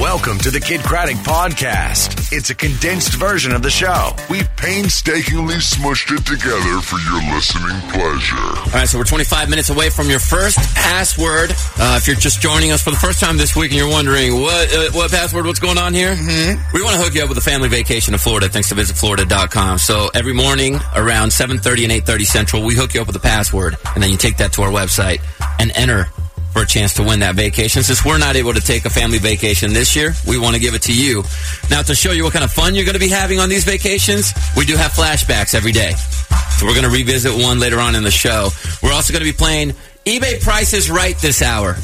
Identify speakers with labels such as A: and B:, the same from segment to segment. A: Welcome to the Kid Craddock Podcast. It's a condensed version of the show. We painstakingly smushed it together for your listening pleasure.
B: All right, so we're 25 minutes away from your first password. Uh, if you're just joining us for the first time this week and you're wondering what uh, what password, what's going on here, we want to hook you up with a family vacation to Florida thanks to visitflorida.com. So every morning around 7:30 and 8:30 Central, we hook you up with a password, and then you take that to our website and enter for a chance to win that vacation. Since we're not able to take a family vacation this year, we want to give it to you. Now, to show you what kind of fun you're going to be having on these vacations, we do have flashbacks every day. So we're going to revisit one later on in the show. We're also going to be playing eBay Prices Right this hour.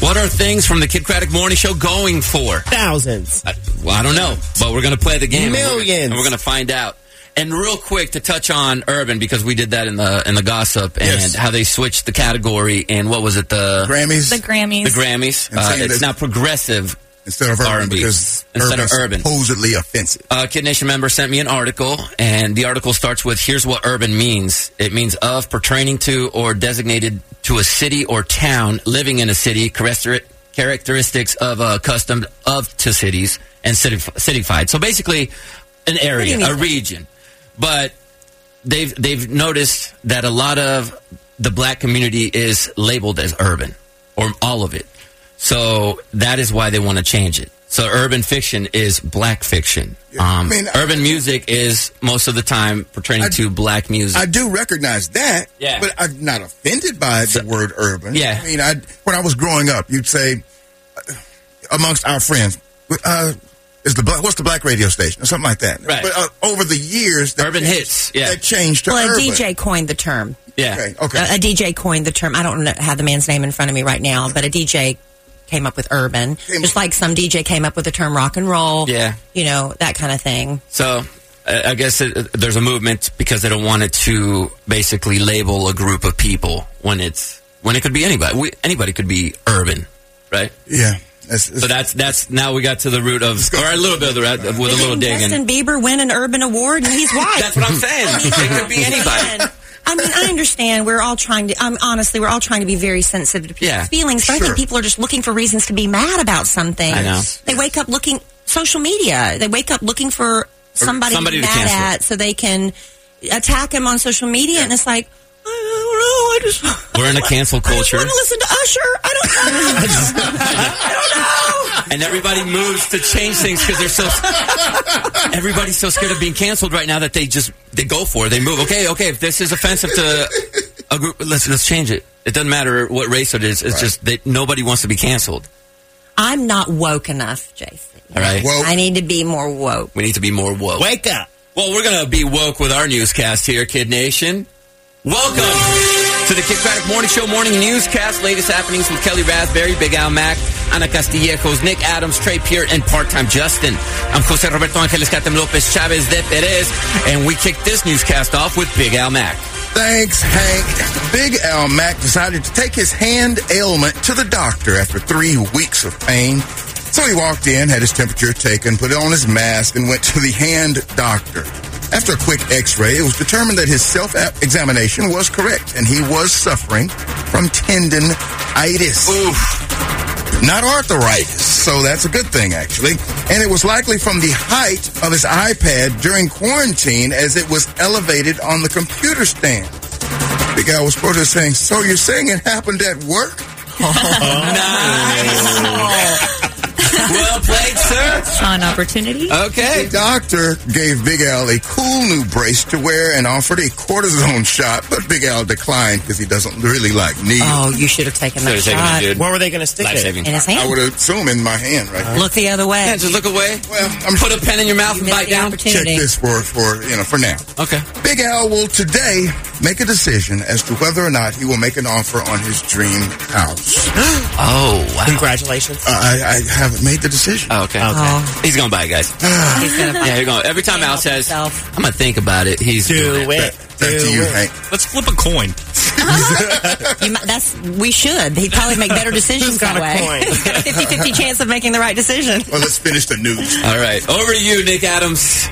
B: What are things from the Kid Craddock Morning Show going for?
C: Thousands.
B: I, well, I don't know, but we're going to play the game. and we're gonna-
C: Millions.
B: And we're going to find out. And real quick to touch on Urban because we did that in the in the gossip and
D: Yes.
B: how they switched the category and what was it the
D: Grammys
E: The Grammys.
B: the Grammys.
D: And
B: Uh,
D: saying
B: it's
D: that-
B: now progressive.
D: instead of urban
B: R&B.
D: because
B: Instead of urban.
D: urban's supposedly offensive.
B: A Kid Nation member sent me an article, and the article starts with Here's what urban means it means of, pertaining to, or designated to a city or town, living in a city, character- characteristics of uh, accustomed of to cities, and city- cityfied. So basically, an area, a region. But they've they've noticed that a lot of the black community is labeled as urban or all of it. So that is why they want to change it. So urban fiction is black fiction. Um,
D: I mean, I-
B: urban music is most of the time pertaining
D: I-
B: to black music.
D: I do recognize that,
B: Yeah.
D: but I'm not offended by the word urban.
B: Yeah.
D: I mean, I when I was growing up, you'd say uh, amongst our friends, uh, "Is the black, what's the black radio station or something like that?"
B: Right.
D: But uh, over the years, that
B: urban
D: changed-
B: hits. Yeah.
D: that changed to
F: Well, a
D: urban.
F: DJ coined the term.
B: yeah.
D: Okay, okay.
F: A, a DJ coined the term. I don't know, have the man's name in front of me right now, but a DJ came up with urban, just like some DJ came up with the term rock and roll.
B: Yeah.
F: you know that kind of thing.
B: So I I guess it, there's a movement because they don't want it to basically label a group of people when it's when it could be anybody. We, anybody could be urban, right?
D: yeah. That's, that's,
B: So that's that's now we got to the root of or a little bit of the root with a little
F: Didn't
B: dig
F: Justin
B: in.
F: Bieber win an urban award, and he's white.
B: That's what I'm saying. It could be anybody.
F: I mean, I understand. We're all trying to. Um, honestly, we're all trying to be very sensitive to people's
B: Yeah,
F: feelings. But I
D: sure.
F: think people are just looking for reasons to be mad about something.
B: I know.
F: They wake up looking social media. They wake up looking for somebody,
B: somebody
F: to
B: to
F: be mad
B: cancel.
F: at, so they can attack him on social media. And it's like, I don't know. I just
B: We're in a cancel culture.
F: I want to listen to Usher. I don't know.
B: and everybody moves to change things because they're so everybody's so scared of being canceled right now that they just they go for it. They move. Okay, okay. If this is offensive to a group, let's let's change it. It doesn't matter what race it is. It's just that nobody wants to be canceled.
F: I'm not woke enough, JC.
B: All right.
D: Woke.
F: I need to be more woke.
B: we need to be more woke.
C: Wake up.
B: Well, we're going to be woke with our newscast here, Kid Nation. Welcome to the Kid Craddock Morning Show Morning Newscast. Latest happenings with Kelly Raspberry, Big Al Mack, Ana Castillejos, Nick Adams, Trey Peart, and part-time Justin. I'm Jose Roberto Angeles Catem Lopez Chavez de Perez, and we kick this newscast off with Big Al Mack.
D: Thanks, Hank. Big Al Mack decided to take his hand ailment to the doctor after three weeks of pain. So he walked in, had his temperature taken, put on his mask, and went to the hand doctor. After a quick x ray, it was determined that his self examination was correct, and he was suffering from tendonitis not arthritis. So that's a good thing, actually. And it was likely from the height of his iPad during quarantine as it was elevated on the computer stand. The guy was quoted as saying, So you're saying it happened at work?
B: well played, sir.
E: Saw an opportunity.
B: Okay.
D: The doctor gave Big Al a cool new brace to wear and offered a cortisone shot, but Big Al declined because he doesn't really like needles.
F: Oh, you should have taken that
B: Should've taken it,
F: shot
B: dude.
C: Where were they going to stick
B: Life
C: it?
B: saving.
F: in his
D: I
F: hand.
D: would assume in my hand, right? here.
F: Look the other way.
B: Yeah, just look away.
D: Well, I'm
B: Put a pen in your mouth and
F: Missed
B: bite
F: the
B: down.
F: opportunity.
D: check this for for you know for now.
B: Okay.
D: Big Al will today make a decision as to whether or not he will make an offer on his dream house.
B: Oh, wow.
C: Congratulations.
D: I, I haven't made the decision.
B: Oh, okay.
F: Oh.
B: He's going to buy it, guys.
F: He's gonna
B: Yeah, you're going. Every time
F: Can't
B: Al
F: help
B: says,
F: himself.
B: I'm going to think about it, he's doing
C: Do
B: it.
C: it.
D: Back
C: Do
D: to you,
C: it.
D: Hank.
E: Let's flip a coin.
F: You might, that's we should. He'd probably make better decisions
C: Who's got
F: that
C: a
F: way.
C: coin?
F: He's got a 50-50 chance of making the right decision.
D: Well, let's finish the news.
B: All right. Over to you, Nick Adams.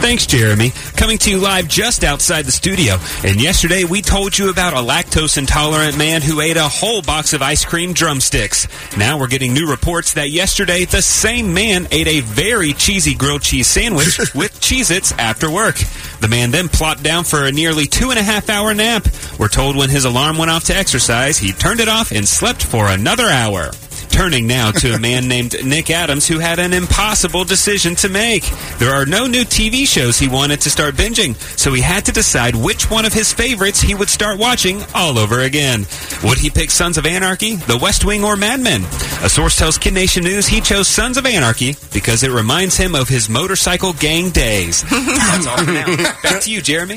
E: Thanks, Jeremy. Coming to you live just outside the studio. And yesterday we told you about a lactose intolerant man who ate a whole box of ice cream drumsticks. Now we're getting new reports that yesterday the same man ate a very cheesy grilled cheese sandwich with Cheez Its after work. The man then plopped down for a nearly two and a half hour nap. We're told when his alarm went off to exercise, he turned it off and slept for another hour. Turning now to a man named Nick Adams who had an impossible decision to make. There are no new TV shows he wanted to start binging, so he had to decide which one of his favorites he would start watching all over again. Would he pick Sons of Anarchy, The West Wing, or Mad Men? A source tells Kid Nation News he chose Sons of Anarchy because it reminds him of his motorcycle gang days. That's all for now. Back to you, Jeremy.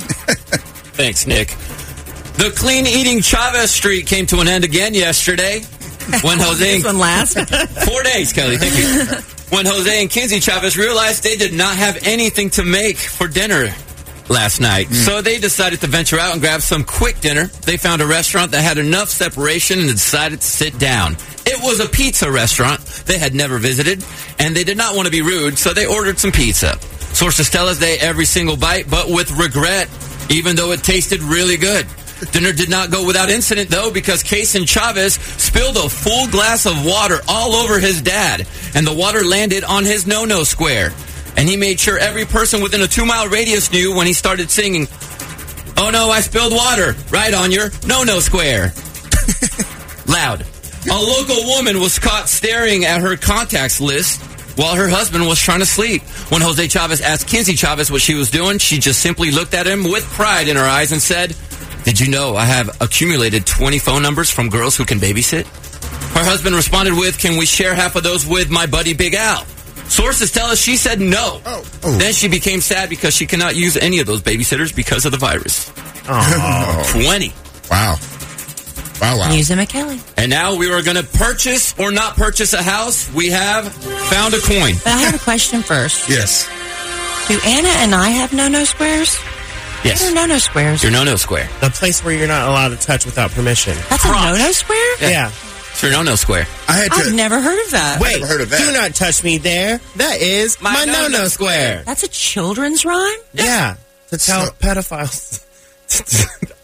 B: Thanks, Nick. The clean eating Chavez Street came to an end again yesterday. When Jose
F: This one last.
B: Four days, Kelly. Thank you. When Jose and Kinsey Chavez realized they did not have anything to make for dinner last night, so they decided to venture out and grab some quick dinner. They found a restaurant that had enough separation and decided to sit down. It was a pizza restaurant they had never visited, and they did not want to be rude, so they ordered some pizza. Sources tell us they ate every single bite, but with regret, even though it tasted really good. Dinner did not go without incident, though, because Cason Chavez spilled a full glass of water all over his dad, and the water landed on his no no square. And he made sure every person within a two mile radius knew when he started singing, Oh no, I spilled water right on your no no square. Loud. A local woman was caught staring at her contacts list while her husband was trying to sleep. When Jose Chavez asked Kinsey Chavez what she was doing, she just simply looked at him with pride in her eyes and said, Did you know I have accumulated 20 phone numbers from girls who can babysit? Her husband responded with, Can we share half of those with my buddy Big Al? Sources tell us she said no.
D: Oh. Oh.
B: Then she became sad because she cannot use any of those babysitters because of the virus.
D: Oh.
B: 20.
D: Wow. Wow, wow.
F: Use him at Kelly.
B: And now we are going to purchase or not purchase a house. We have found a coin.
F: But I have a question first.
D: Yes.
F: Do Anna and I have no no squares? What are no no squares?
B: Your no no square.
C: The place where you're not allowed to touch without permission.
F: That's a no no square?
B: Yeah.
C: Yeah.
B: It's your no no square.
D: I had
F: I've
D: to.
F: never heard of that.
C: Wait,
D: never heard of that.
C: do not touch me there. That is my, no no
B: square.
F: That's a children's rhyme?
C: Yeah. To tell
D: So-
C: pedophiles.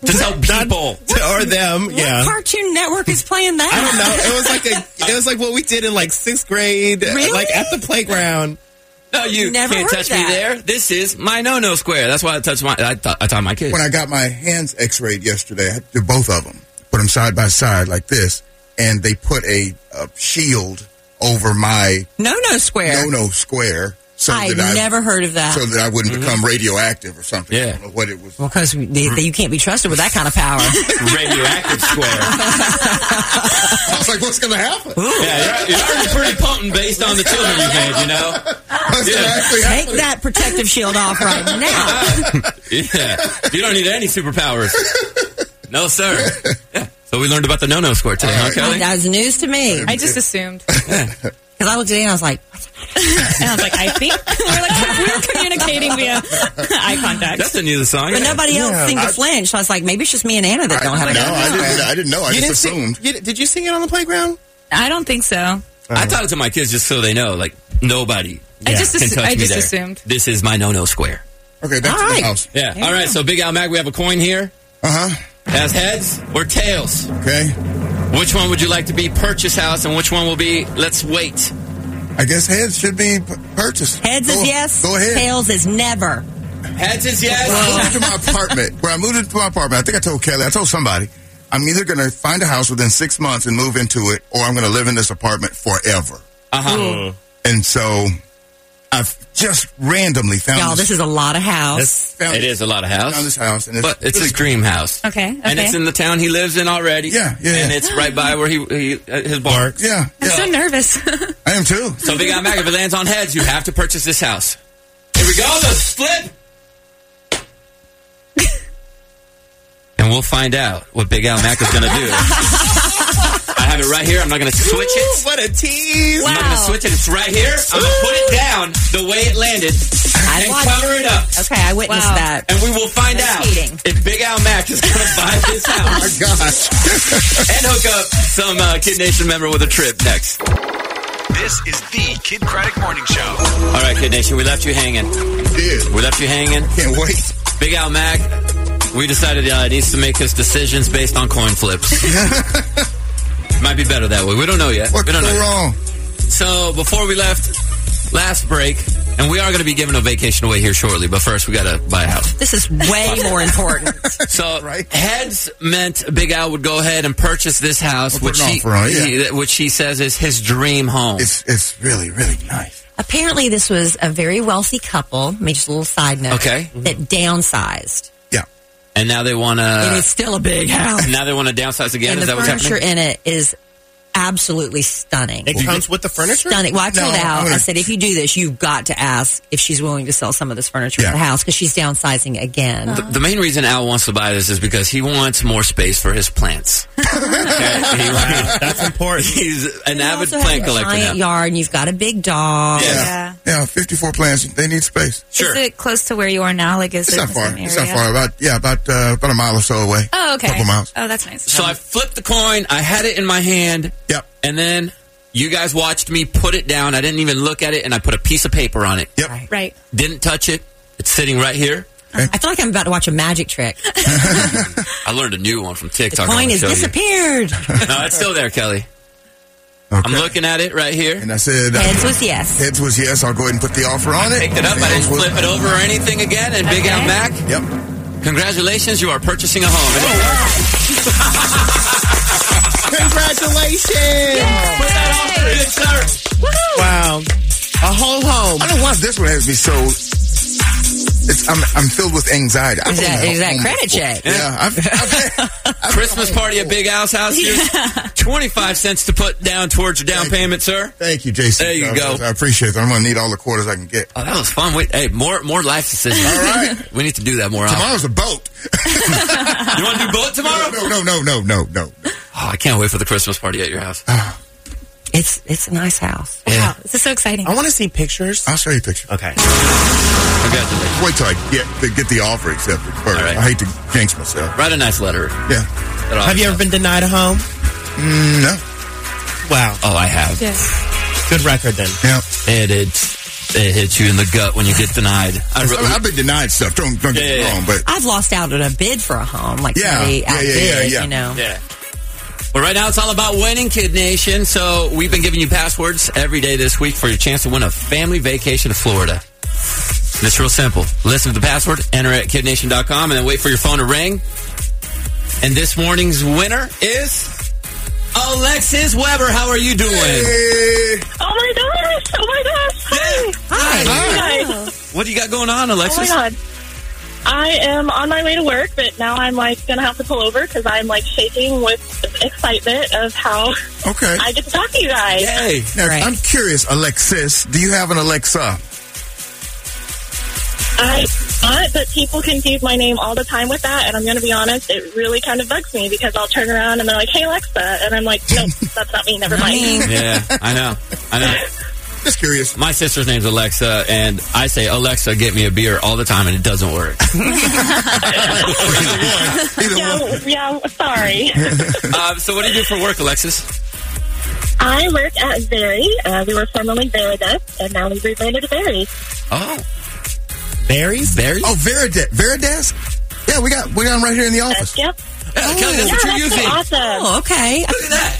B: To tell people.
C: To- or them. Yeah.
F: What Cartoon Network is playing that?
C: I don't know. It was like a. It was like what we did in like sixth grade, uh,
F: Really?
C: like at the playground.
B: No, you
F: Never
B: can't
F: heard
B: touch me
F: that.
B: there. This is my no no square. That's why I touched my. I thought I taught my kids.
D: when I got my hands x-rayed yesterday, I had to do both of them. Put them side by side like this, and they put a, a shield over my
F: No no square.
D: no-no square so
F: I've
D: that I
F: never heard of that.
D: so that I wouldn't become radioactive or something. I
B: Mm-hmm. Yeah.
D: don't know what it was.
F: well, because you can't be trusted with that kind of power.
B: Radioactive square.
D: I was like, what's going to happen?
B: yeah, you're, you're already pretty pumping based on the children you've had. You know.
D: What's gonna
B: Yeah.
D: actually happen?
F: Take that protective shield off right now.
B: Yeah. You don't need any superpowers. No sir. Yeah. So we learned about the no no square today, huh, Kelly?
F: That was news to me.
G: I just assumed.
F: Because I looked at it and I was like,
G: And I was like, I think we're, like, we're communicating via eye contact.
B: That's the new song.
F: but
B: Oh, yeah.
F: nobody else seemed to
D: I-
F: flinch. So I was like, maybe it's just me and Anna that don't have a
D: no, I
F: no.
D: didn't, I didn't know. I
C: You didn't
D: just
C: sing.
D: assumed.
C: You, di- did you sing it on the playground?
G: I don't think so.
D: Uh-huh.
B: I taught it to my kids just so they know, like nobody
G: I just,
B: can
G: assu-
B: touch
G: I
B: me
G: just
B: there.
G: assumed.
B: This is my no-no square.
D: Okay, back
F: All
D: to the
F: right.
D: house.
B: Yeah. All right. So Big Al Mac, we have a coin here.
D: Uh-huh.
B: As heads or tails,
D: Okay.
B: which one would you like to be purchase house, and which one will be let's wait?
D: I guess heads should be p- purchased.
F: Heads
D: Go-
F: is yes.
D: Go ahead.
F: Tails is never.
B: Heads is
D: When I
B: yes.
D: moved to my apartment, when I moved into my apartment, I think I told Kelly, I told somebody, I'm either going to find a house within six months and move into it, or I'm going to live in this apartment forever.
B: Uh huh.
D: And so I've just randomly found
F: Y'all, this is a lot of house.
D: found,
B: It is a lot of
D: found
B: house,
D: this house, and it's
B: but it's
D: really
B: his dream house.
G: Okay. Okay.
B: And it's in the town he lives in already.
D: Yeah, yeah,
B: And
D: yeah.
B: it's right by where he, he uh, his bar.
D: cool. yeah,
G: I'm
D: yeah.
G: so nervous.
D: I am too.
B: So Big Al Mac, if it lands on heads, you have to purchase this house. Here we go. The flip. and we'll find out what Big Al Mack is going to do. I have it right here. I'm not going to switch it.
C: what a tease.
B: I'm not going to switch it. It's right here. I'm going to put it down the way it landed and
F: watched
B: cover it up.
F: Okay, I witnessed
G: Wow.
F: that.
B: And we will find
F: That's
B: out
F: cheating.
B: if Big Al Mack is going to buy this house
D: Oh Gosh.
B: and hook up some uh, Kid Nation member with a trip next.
H: This is the Kid Craddock Morning Show.
B: All right, Kid Nation, we left you hanging.
D: Dude,
B: We left you hanging.
D: can't wait.
B: Big Al Mac, we decided uh, needs to make his decisions based on coin flips. Might be better that way. We don't know yet.
D: What
B: we
D: could
B: don't
D: go
B: know. yet.
D: wrong?
B: So before we left last break, and we are going to be giving a vacation away here shortly, but first we got to buy a house.
F: This is way more important.
B: So
D: Right.
B: heads meant Big Al would go ahead and purchase this house,
D: We'll
B: which
D: put an
B: he,
D: offer on it, yeah.
B: he- which he says is his dream home.
D: It's it's really really nice.
F: Apparently, this was a very wealthy couple. Maybe just a little side note.
B: Okay.
F: That downsized.
D: Yeah.
B: and now they want
F: and it's
B: to.
F: still a big house.
B: Now they want to downsize again.
F: and
B: is
F: the
B: that what's
F: furniture
B: happening?
F: in it is absolutely stunning.
C: It comes with the furniture?
F: Stunning. Well, I told
D: No,
F: Al,
D: I'm gonna-
F: I said, if you do this, you've got to ask if she's willing to sell some of this furniture
D: Yeah.
F: in the house because she's downsizing again.
B: The- The main reason Al wants to buy this is because he wants more space for his plants. Okay? He-
C: That's important.
B: he's an
F: You
B: avid
F: also have
B: plant
F: a
B: collector now.
F: giant yard, and you've got a big dog.
B: Yeah.
D: Yeah. Yeah, 54 plants. They need space.
B: Sure.
G: Is it close to where you are now? Like, is
D: It's
G: it
D: not
G: the
D: far.
G: same
D: It's not
G: area?
D: far. About yeah, about uh, about a mile or so away.
G: Oh, okay.
D: Couple miles.
G: Oh, that's nice.
B: So I flipped the coin. I had it in my hand.
D: Yep.
B: And then you guys watched me put it down. I didn't even look at it, and I put a piece of paper on it.
D: Yep.
G: right.
B: Didn't touch it. It's sitting right here.
F: I feel like I'm about to watch a magic trick.
B: I learned a new one from
F: The
B: TikTok. I'm
F: coin
B: gonna
F: has
B: show you.
F: disappeared.
B: No, it's still there, Kelly.
D: Okay.
B: I'm looking at it right here.
D: And I said uh,
F: Heads was yes.
D: heads was yes. I'll go ahead and put the offer on it.
B: Picked it up. I didn't flip it over or anything again. And Big Al
G: Okay.
B: Mac,
D: Yep.
B: congratulations, you are purchasing a home. And
D: Oh,
C: Congratulations.
B: put that on for good, sir.
C: Wow. A whole home.
D: I don't know why this one has me so. It's I'm I'm filled with anxiety. I've
F: Is
D: owned
F: that,
D: a
F: is that
D: home
F: credit
D: before.
F: check?
D: Yeah. I've, I've, I've
B: Christmas party at Big Al's house. Here's 25 cents to put down towards your down payment, sir.
D: Thank you, Jason.
B: There you
D: I,
B: go.
D: I appreciate that. I'm gonna need all the quarters I can get.
B: Oh, that was fun. Wait, hey, more more life decisions.
D: All right.
B: We need to do that more often.
D: Tomorrow's a boat.
B: You want to do both tomorrow?
D: no, no, no, no, no, no. Ah.
B: Oh, I can't wait for the Christmas party at your house.
F: It's it's a nice house.
B: Yeah.
G: Wow, this is so exciting.
C: I want to see pictures.
D: I'll show you a picture.
C: Okay.
B: Congratulations.
D: Wait till I get to get the offer accepted first.
B: All right.
D: I hate to jinx myself.
B: Write a nice letter.
D: Yeah.
C: Have you ever been denied a home?
D: Mm, No.
C: Wow.
B: Oh, I have.
G: Yes.
C: Good record then.
D: Yeah.
B: It, it's- it hits you in the gut when you get denied. I
D: I
B: re-
D: have been denied stuff. Don't don't get
B: Yeah,
D: me
B: yeah,
D: wrong, but
F: I've lost out on a bid for a home. Like
D: Yeah.
F: somebody
D: Yeah, yeah,
F: outbid,
D: yeah, yeah.
F: you know.
B: Yeah. But right now it's all about winning, Kid Nation. So we've been giving you passwords every day this week for your chance to win a family vacation to Florida. And it's real simple. Listen to the password, enter it at kidnation.com, and then wait for your phone to ring. And this morning's winner is Alexis Weber. How are you doing?
D: Eh,
I: Oh my gosh! Oh my gosh! Hi!
B: Hi.
I: Hi!
B: What do you got going on,
I: Oh my
B: Alexis?
I: god! I am on my way to work, but now I'm like gonna have to pull over because I'm like shaking with excitement of how
D: okay.
I: I get to talk to you guys.
B: Hey,
D: Now,
F: Right.
D: I'm curious, Alexis. Do you have an Alexa?
I: I not, but people confuse my name all the time with that, and I'm gonna be honest, it really kind of bugs me because I'll turn around and they're like, "Hey Alexa," and I'm like, "Nope, that's not me. Never mind."
B: yeah, I know, I know.
D: Just curious.
B: My sister's name's Alexa, and I say, Alexa, get me a beer all the time, and it doesn't work.
D: Either
I: Yeah,
D: one.
I: w- yeah. Sorry.
B: uh, so, what do you do for work, Alexis?
I: I work at Very. Uh, we were formerly Veridesk, and now we've rebranded to Very.
B: Oh,
C: Berries?
B: berries?
D: Oh, Veridesk. Veridesk. Yeah, we got we got 'em right here in the office.
I: Yep.
B: yeah, Kelly, that's
I: Yeah,
B: what you're
I: that's
B: using.
I: so awesome.
F: Oh, okay.
B: Look at that.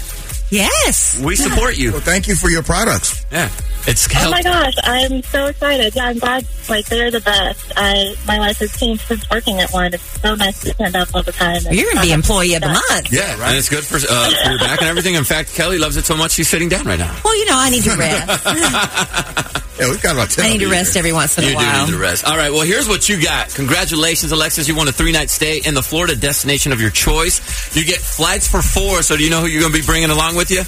F: Yes.
B: We support you.
D: Well, thank you for your products.
B: Yeah, it's
I: Oh
B: help.
I: my gosh, I'm so excited. Yeah, I'm glad like they're the best. I my life has changed since working at one. It's so nice to stand up all the time.
F: You're going to be employee of the month.
B: yeah, right. And it's good for, uh, for your back and everything. In fact, Kelly loves it so much she's sitting down right now.
F: Well, you know, I need to rest.
D: Yeah, we've got about ten.
F: I need to
D: of these
F: rest every once in a
B: You do
F: while.
B: need the rest. All right. Well, here's what you got. Congratulations, Alexis. You won a three night stay in the Florida destination of your choice. You get flights for four. So, do you know who you're going to be bringing along with you?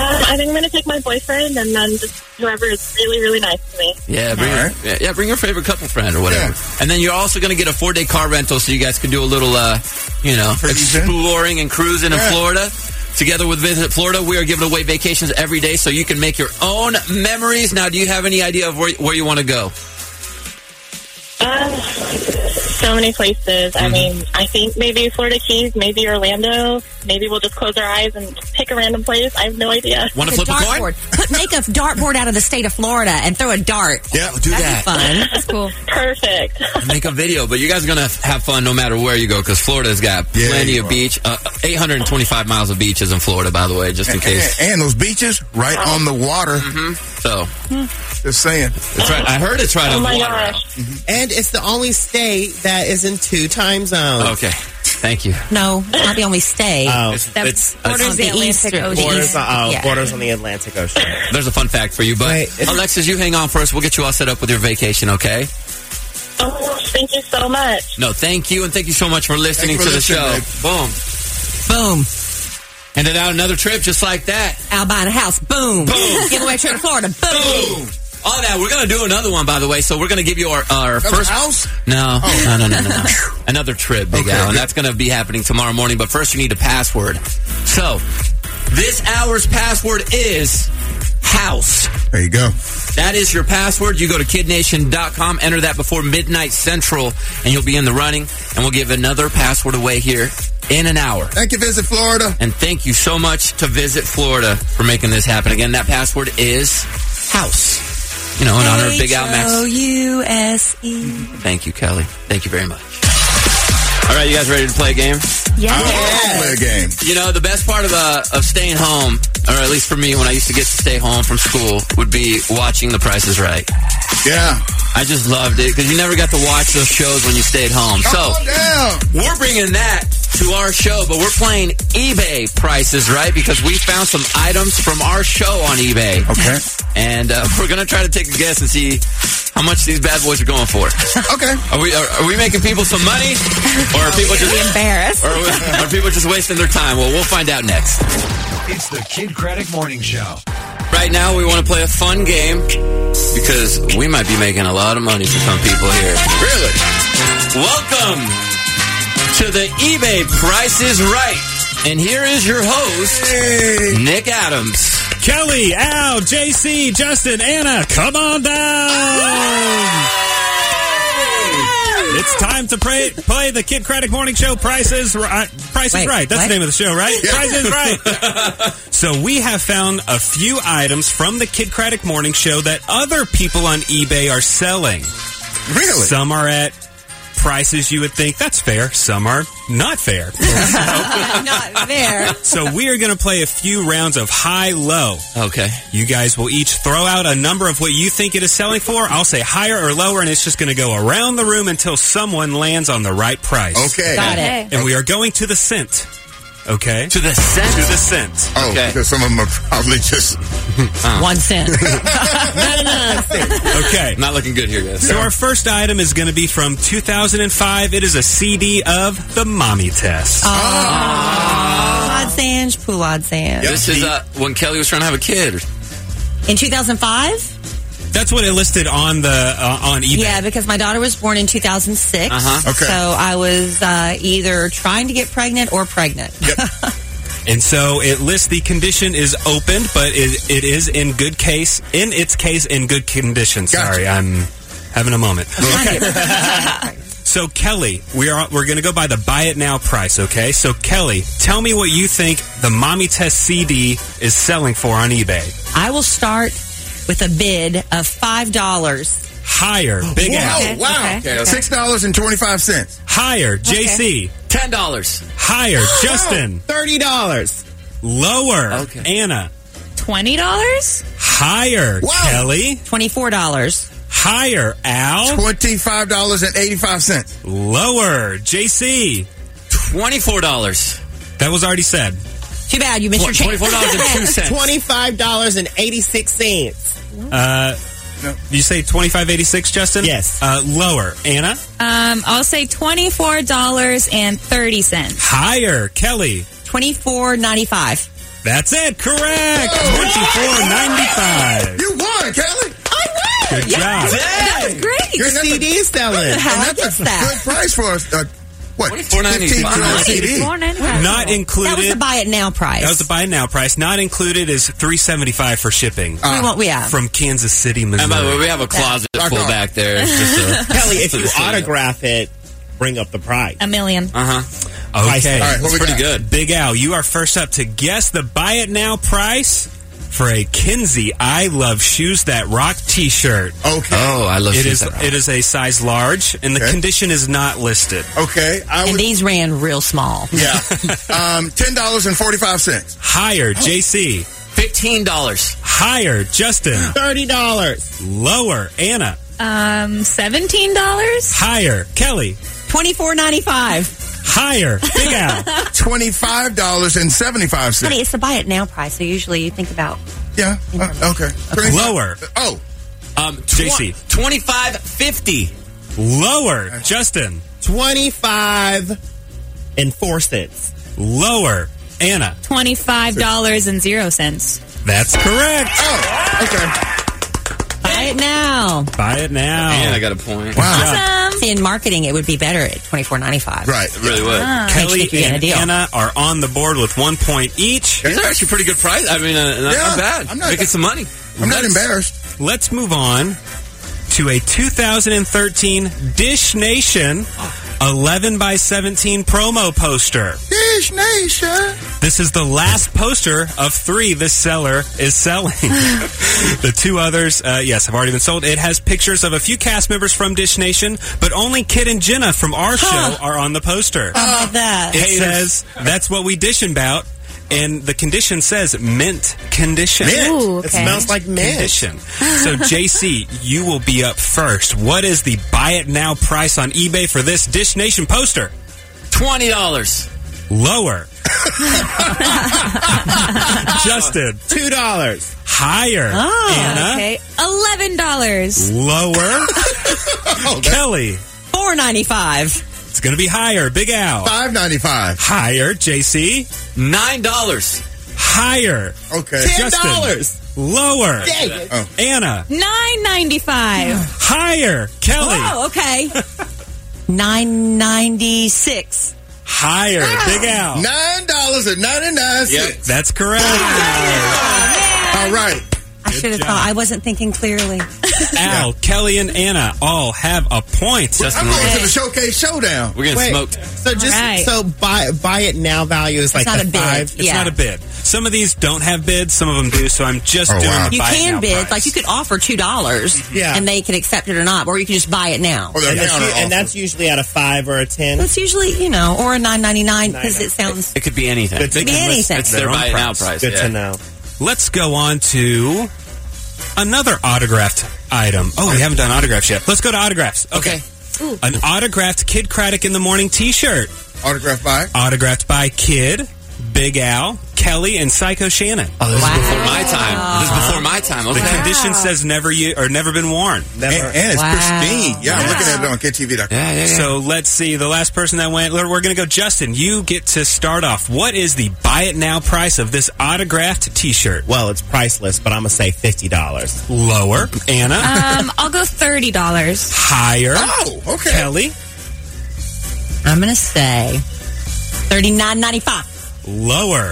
I: Uh, I think I'm going to take my boyfriend and then just whoever is really, really nice to me.
B: Yeah, bring your, yeah, yeah, bring your favorite couple friend or whatever. And then you're also going to get a four day car rental so you guys can do a little, uh, you know, exploring and cruising in Florida. Together with Visit Florida, we are giving away vacations every day so you can make your own memories. Now, do you have any idea of where, where you want to go?
I: Uh, so many places.
F: Mm-hmm.
I: I mean, I think maybe Florida Keys, maybe Orlando. Maybe we'll just close our eyes and pick a random place. I have no idea.
B: Wanna
F: The dartboard. Put, make a dartboard out of the state of Florida and throw a dart.
B: Yeah, do
F: That'd
B: that.
F: Be fun. That's
G: cool.
I: Perfect.
B: and make a video. But you guys are gonna have fun no matter where you go because Florida's got plenty of beach. Uh, 825 miles of beaches in Florida, by the way, just in
D: And,
B: case. Mm-hmm.
D: and those beaches right on the water.
B: So
D: Just saying.
B: That's right. I heard it's right
D: on
J: oh
D: the
J: my
D: water.
J: gosh. Mm-hmm. And it's the only state that is in two time
F: Oh.
J: zones.
B: Okay. Thank you.
F: No, not the only state.
J: Oh.
F: That's on the east. the
J: Borders,
F: east.
J: uh,
F: Yeah.
J: borders on the Atlantic Ocean.
B: there's a fun fact for you. But Alexis, you hang on first. We'll get you all set up with your vacation, okay?
I: Oh, thank you so much.
B: No, thank you, and thank you so much for listening
I: Thanks for
B: to
I: listening,
B: the
I: babe.
B: show. Boom. Boom. And then out another trip just like that.
F: I'll buy a house. Boom.
B: Boom.
F: Giveaway trip to Florida. Boom.
B: All that. We're going to do another one, by the way. So we're going to give you our, our
F: Another
B: first.
F: house?
B: No,
J: Oh.
B: no, no, no, no, no. Another trip, Big Al. And that's going to be happening tomorrow morning. But first, you need a password. So this hour's password is house.
D: There you go.
B: That is your password. You go to kidnation.com, enter that before midnight central, and you'll be in the running. And we'll give another password away here in an hour.
D: Thank you, Visit Florida.
B: And thank you so much to Visit Florida for making this happen. Again, that password is house. You know, in honor of Big Al Max.
F: H-O-U-S-E.
B: Thank you, Kelly. Thank you very much. All right, you guys ready to play a game?
F: Yeah.
B: Oh.
D: Play a game.
B: You know, the best part of uh, of staying home, or at least for me, when I used to get to stay home from school, would be watching The Price is Right.
D: Yeah.
B: I just loved it because you never got to watch those shows when you stayed home. So we're bringing that to our show, but we're playing eBay prices, right? Because we found some items from our show on eBay.
D: Okay.
B: And uh, we're gonna try to take a guess and see how much these bad boys are going for.
D: Okay.
B: Are we are, are we making people some money, or are people just
F: embarrassed?
B: Or are people just wasting their time? Well, we'll find out next.
H: It's the Kid Craddock Morning Show.
B: Right now, we want to play a fun game because we might be making a lot of money for some people here. Really? Welcome to the eBay Price is Right. And here is your host, Nick Adams.
E: Kelly, Al, JC, Justin, Anna, come on down. It's time to play, play the Kid Craddock Morning Show. Prices, right. Price is
C: Wait,
E: right. That's
C: what?
E: the name of the show, right?
C: Yeah.
E: Price is right. so we have found a few items from the Kid Craddock Morning Show that other people on eBay are selling.
D: Really?
E: Some are at prices you would think that's fair. Some are not fair.
F: Not there.
E: So we are going to play a few rounds of high low.
B: Okay.
E: You guys will each throw out a number of what you think it is selling for. I'll say higher or lower, and it's just going to go around the room until someone lands on the right price.
D: Okay. Got it.
E: And we are going to the cent. Okay.
B: To the cent.
E: To the cent.
D: Oh, because some of them are probably just
F: One cent.
E: Okay.
B: Not looking good here, guys.
E: So our first item is going to be from 2005. It is a CD of the Mommy Test.
D: Uh,
F: Poulad Sands, Poulad Sands.
B: This is uh, when Kelly was trying to have a kid.
F: In 2005?
E: That's what it listed on the uh, on eBay.
F: Yeah, because my daughter was born in 2006.
E: Uh-huh. Okay.
F: So I was uh, either trying to get pregnant or pregnant.
E: And so it lists the condition is opened, but it, it is in good case, in its case, in good condition. Sorry, I'm having a moment. so Kelly, we are we're going to go by the buy it now price, okay? So Kelly, tell me what you think the Mommy Test CD is selling for on eBay.
F: I will start with a bid of $5.
E: Higher, big
D: Whoa,
E: ass.
F: Oh, Okay,
D: wow.
F: okay, okay.
D: Six dollars and twenty five cents.
E: Higher, JC.
B: Ten dollars.
E: Higher, Justin.
J: Thirty dollars.
E: Lower, Anna.
G: Twenty dollars?
E: Higher, Kelly.
F: $24.
E: Higher, Al.
D: Twenty five dollars and eighty five cents.
E: Lower, JC.
B: Twenty-four dollars.
E: That was already said.
F: Too bad you missed your chance.
J: Twenty-five dollars and eighty-six cents.
E: Uh, You say twenty five eighty six, Justin?
J: Yes.
E: Uh, lower, Anna.
G: Um, I'll say twenty-four dollars and thirty cents.
E: Higher, Kelly.
F: Twenty four ninety five.
E: That's it. Correct. Twenty-four ninety-five.
D: You won, Kelly.
E: Good job.
D: was great. Your CD selling.
E: Look at how I
D: and that's a good price for us. Uh, what? $15 CD.
E: Not included.
F: That was the buy it now price.
E: That was the buy now price. Not included is three seventy five for shipping.
F: We want- we have.
E: from Kansas City, Missouri.
B: And by the way, we have a closet
E: Rock
B: full
E: on.
B: back there. It's just a,
C: Kelly, if you
B: it's a-
C: autograph it, bring up the prize.
G: A million.
B: Uh-huh.
E: Uh huh.
C: Price
E: Okay,
C: tag. All right, what
E: That's
C: we
E: pretty
C: got?
E: good. Big Al, you are first up to guess the buy it now price for a Kinsey I Love Shoes That Rock T-shirt.
D: Okay.
B: Oh, I love
E: It
B: shoes
E: is.
B: that rock.
E: It is a size large, and the condition is not listed.
D: Okay. I
F: and
D: would,
F: these ran real small.
D: yeah. Um, $10.45.
E: Higher, JC.
B: Fifteen dollars.
E: Higher, Justin.
J: Thirty dollars.
E: Lower, Anna.
G: Um, seventeen dollars.
E: Higher, Kelly.
F: Twenty four ninety five.
E: Higher, Big Al.
D: $25.75.
F: Honey, it's the buy it now price. So usually you think about
D: Yeah. Uh, okay. Great.
E: Lower,
D: Oh,
B: Um, tw-
E: JC.
B: Twenty-five fifty.
E: Lower, Justin.
J: 25 and 4 cents.
E: Lower, Anna.
G: Twenty five dollars and zero cents.
E: That's correct.
D: oh, okay.
F: buy it now.
E: Buy it now.
B: And I got a point.
D: Wow.
G: Awesome.
F: See, in marketing, it would be better at twenty four ninety five.
D: Right.
B: It really was.
E: Kelly
F: Ah. Thanks, Nikki, and
E: and
F: a deal.
E: Anna are on the board with one point each.
B: These are actually pretty good price. I mean, uh, not,
D: Yeah,
B: not bad.
D: I'm not-
B: Making some money.
D: I'm not embarrassed.
E: Let's move on to a 2013 Dish Nation 11 by 17 promo poster.
D: Dish Nation.
E: This is the last poster of three this seller is selling. the two others, uh, yes, have already been sold. It has pictures of a few cast members from Dish Nation, but only Kid and Jenna from our show are on the poster.
D: Uh,
F: How about that?
E: It says that's what we dishing about, and the condition says mint condition.
D: Mint.
G: Ooh,
D: It
G: okay.
D: smells like mint.
E: Condition. So, JC, you will be up first. What is the buy it now price on eBay for this Dish Nation poster?
B: Twenty dollars.
E: Lower. Justin,
J: $2.
E: higher.
G: Oh.
E: Anna,
G: Ah, Okay, eleven dollars.
E: lower.
D: Oh,
E: Kelly,
F: Four ninety five.
E: it's going to be higher. Big Al,
D: $5.95.
E: higher. JC,
B: Nine dollars.
E: higher.
D: Okay.
E: Justin, lower.
D: Oh.
E: Anna,
G: Nine ninety five.
E: higher. Kelly,
F: Oh, okay. Nine ninety six.
E: higher. Big Al.
D: $9.99.
E: That's correct.
D: All right. Oh,
F: I should have thought. I wasn't thinking clearly.
E: Al, Kelly, and Anna all have a point.
D: I'm going to the showcase showdown.
B: We're getting
J: Wait.
B: smoked.
J: So just
G: right.
J: so buy buy it now value is like
F: not
J: the
F: a bid.
J: five.
E: It's
F: Yeah.
E: not a bid. Some of these don't have bids, some of them do, so I'm just
D: Oh,
E: doing
D: wow.
E: the
F: You
E: buy it now
F: can bid,
E: price.
F: like you could offer two dollars,
J: Yeah.
F: and they could accept it or not, or you can just buy it now.
D: Or the
J: And, that's,
D: counter
J: u-
D: offer.
J: and that's usually at a five or a ten.
F: That's usually you know, or a nine ninety nine because it sounds
B: It could be anything.
J: Good to
F: Could be
J: know.
F: anything.
B: It's their
E: Their own
B: buy it now
E: price.
B: price.
J: Good
B: yeah.
J: to know.
E: Let's go on to another autographed item. Oh, we haven't done autographs yet. Let's go to autographs. Okay. An autographed Kid Craddock in the Morning t shirt.
D: Autograph by.
E: Autographed by Kid, Big Al, Kelly, and Psycho Shannon.
B: Oh, this
F: Wow.
B: is before my time. This is before my time.
E: The
B: Okay.
E: condition says never you or never been worn.
D: And,
J: Never.
D: and it's
F: Wow.
D: pristine. Yeah, I'm looking at it on KTV.com.
B: Yeah, yeah, yeah.
E: So let's see. The last person that went, we're going to go Justin. You get to start off. What is the buy it now price of this autographed t shirt?
J: well, it's priceless, but I'm gonna say fifty dollars.
E: Lower. Anna.
G: Um, I'll go thirty dollars.
E: higher.
D: Oh, okay.
E: Kelly.
F: I'm gonna say thirty nine ninety five.
E: Lower.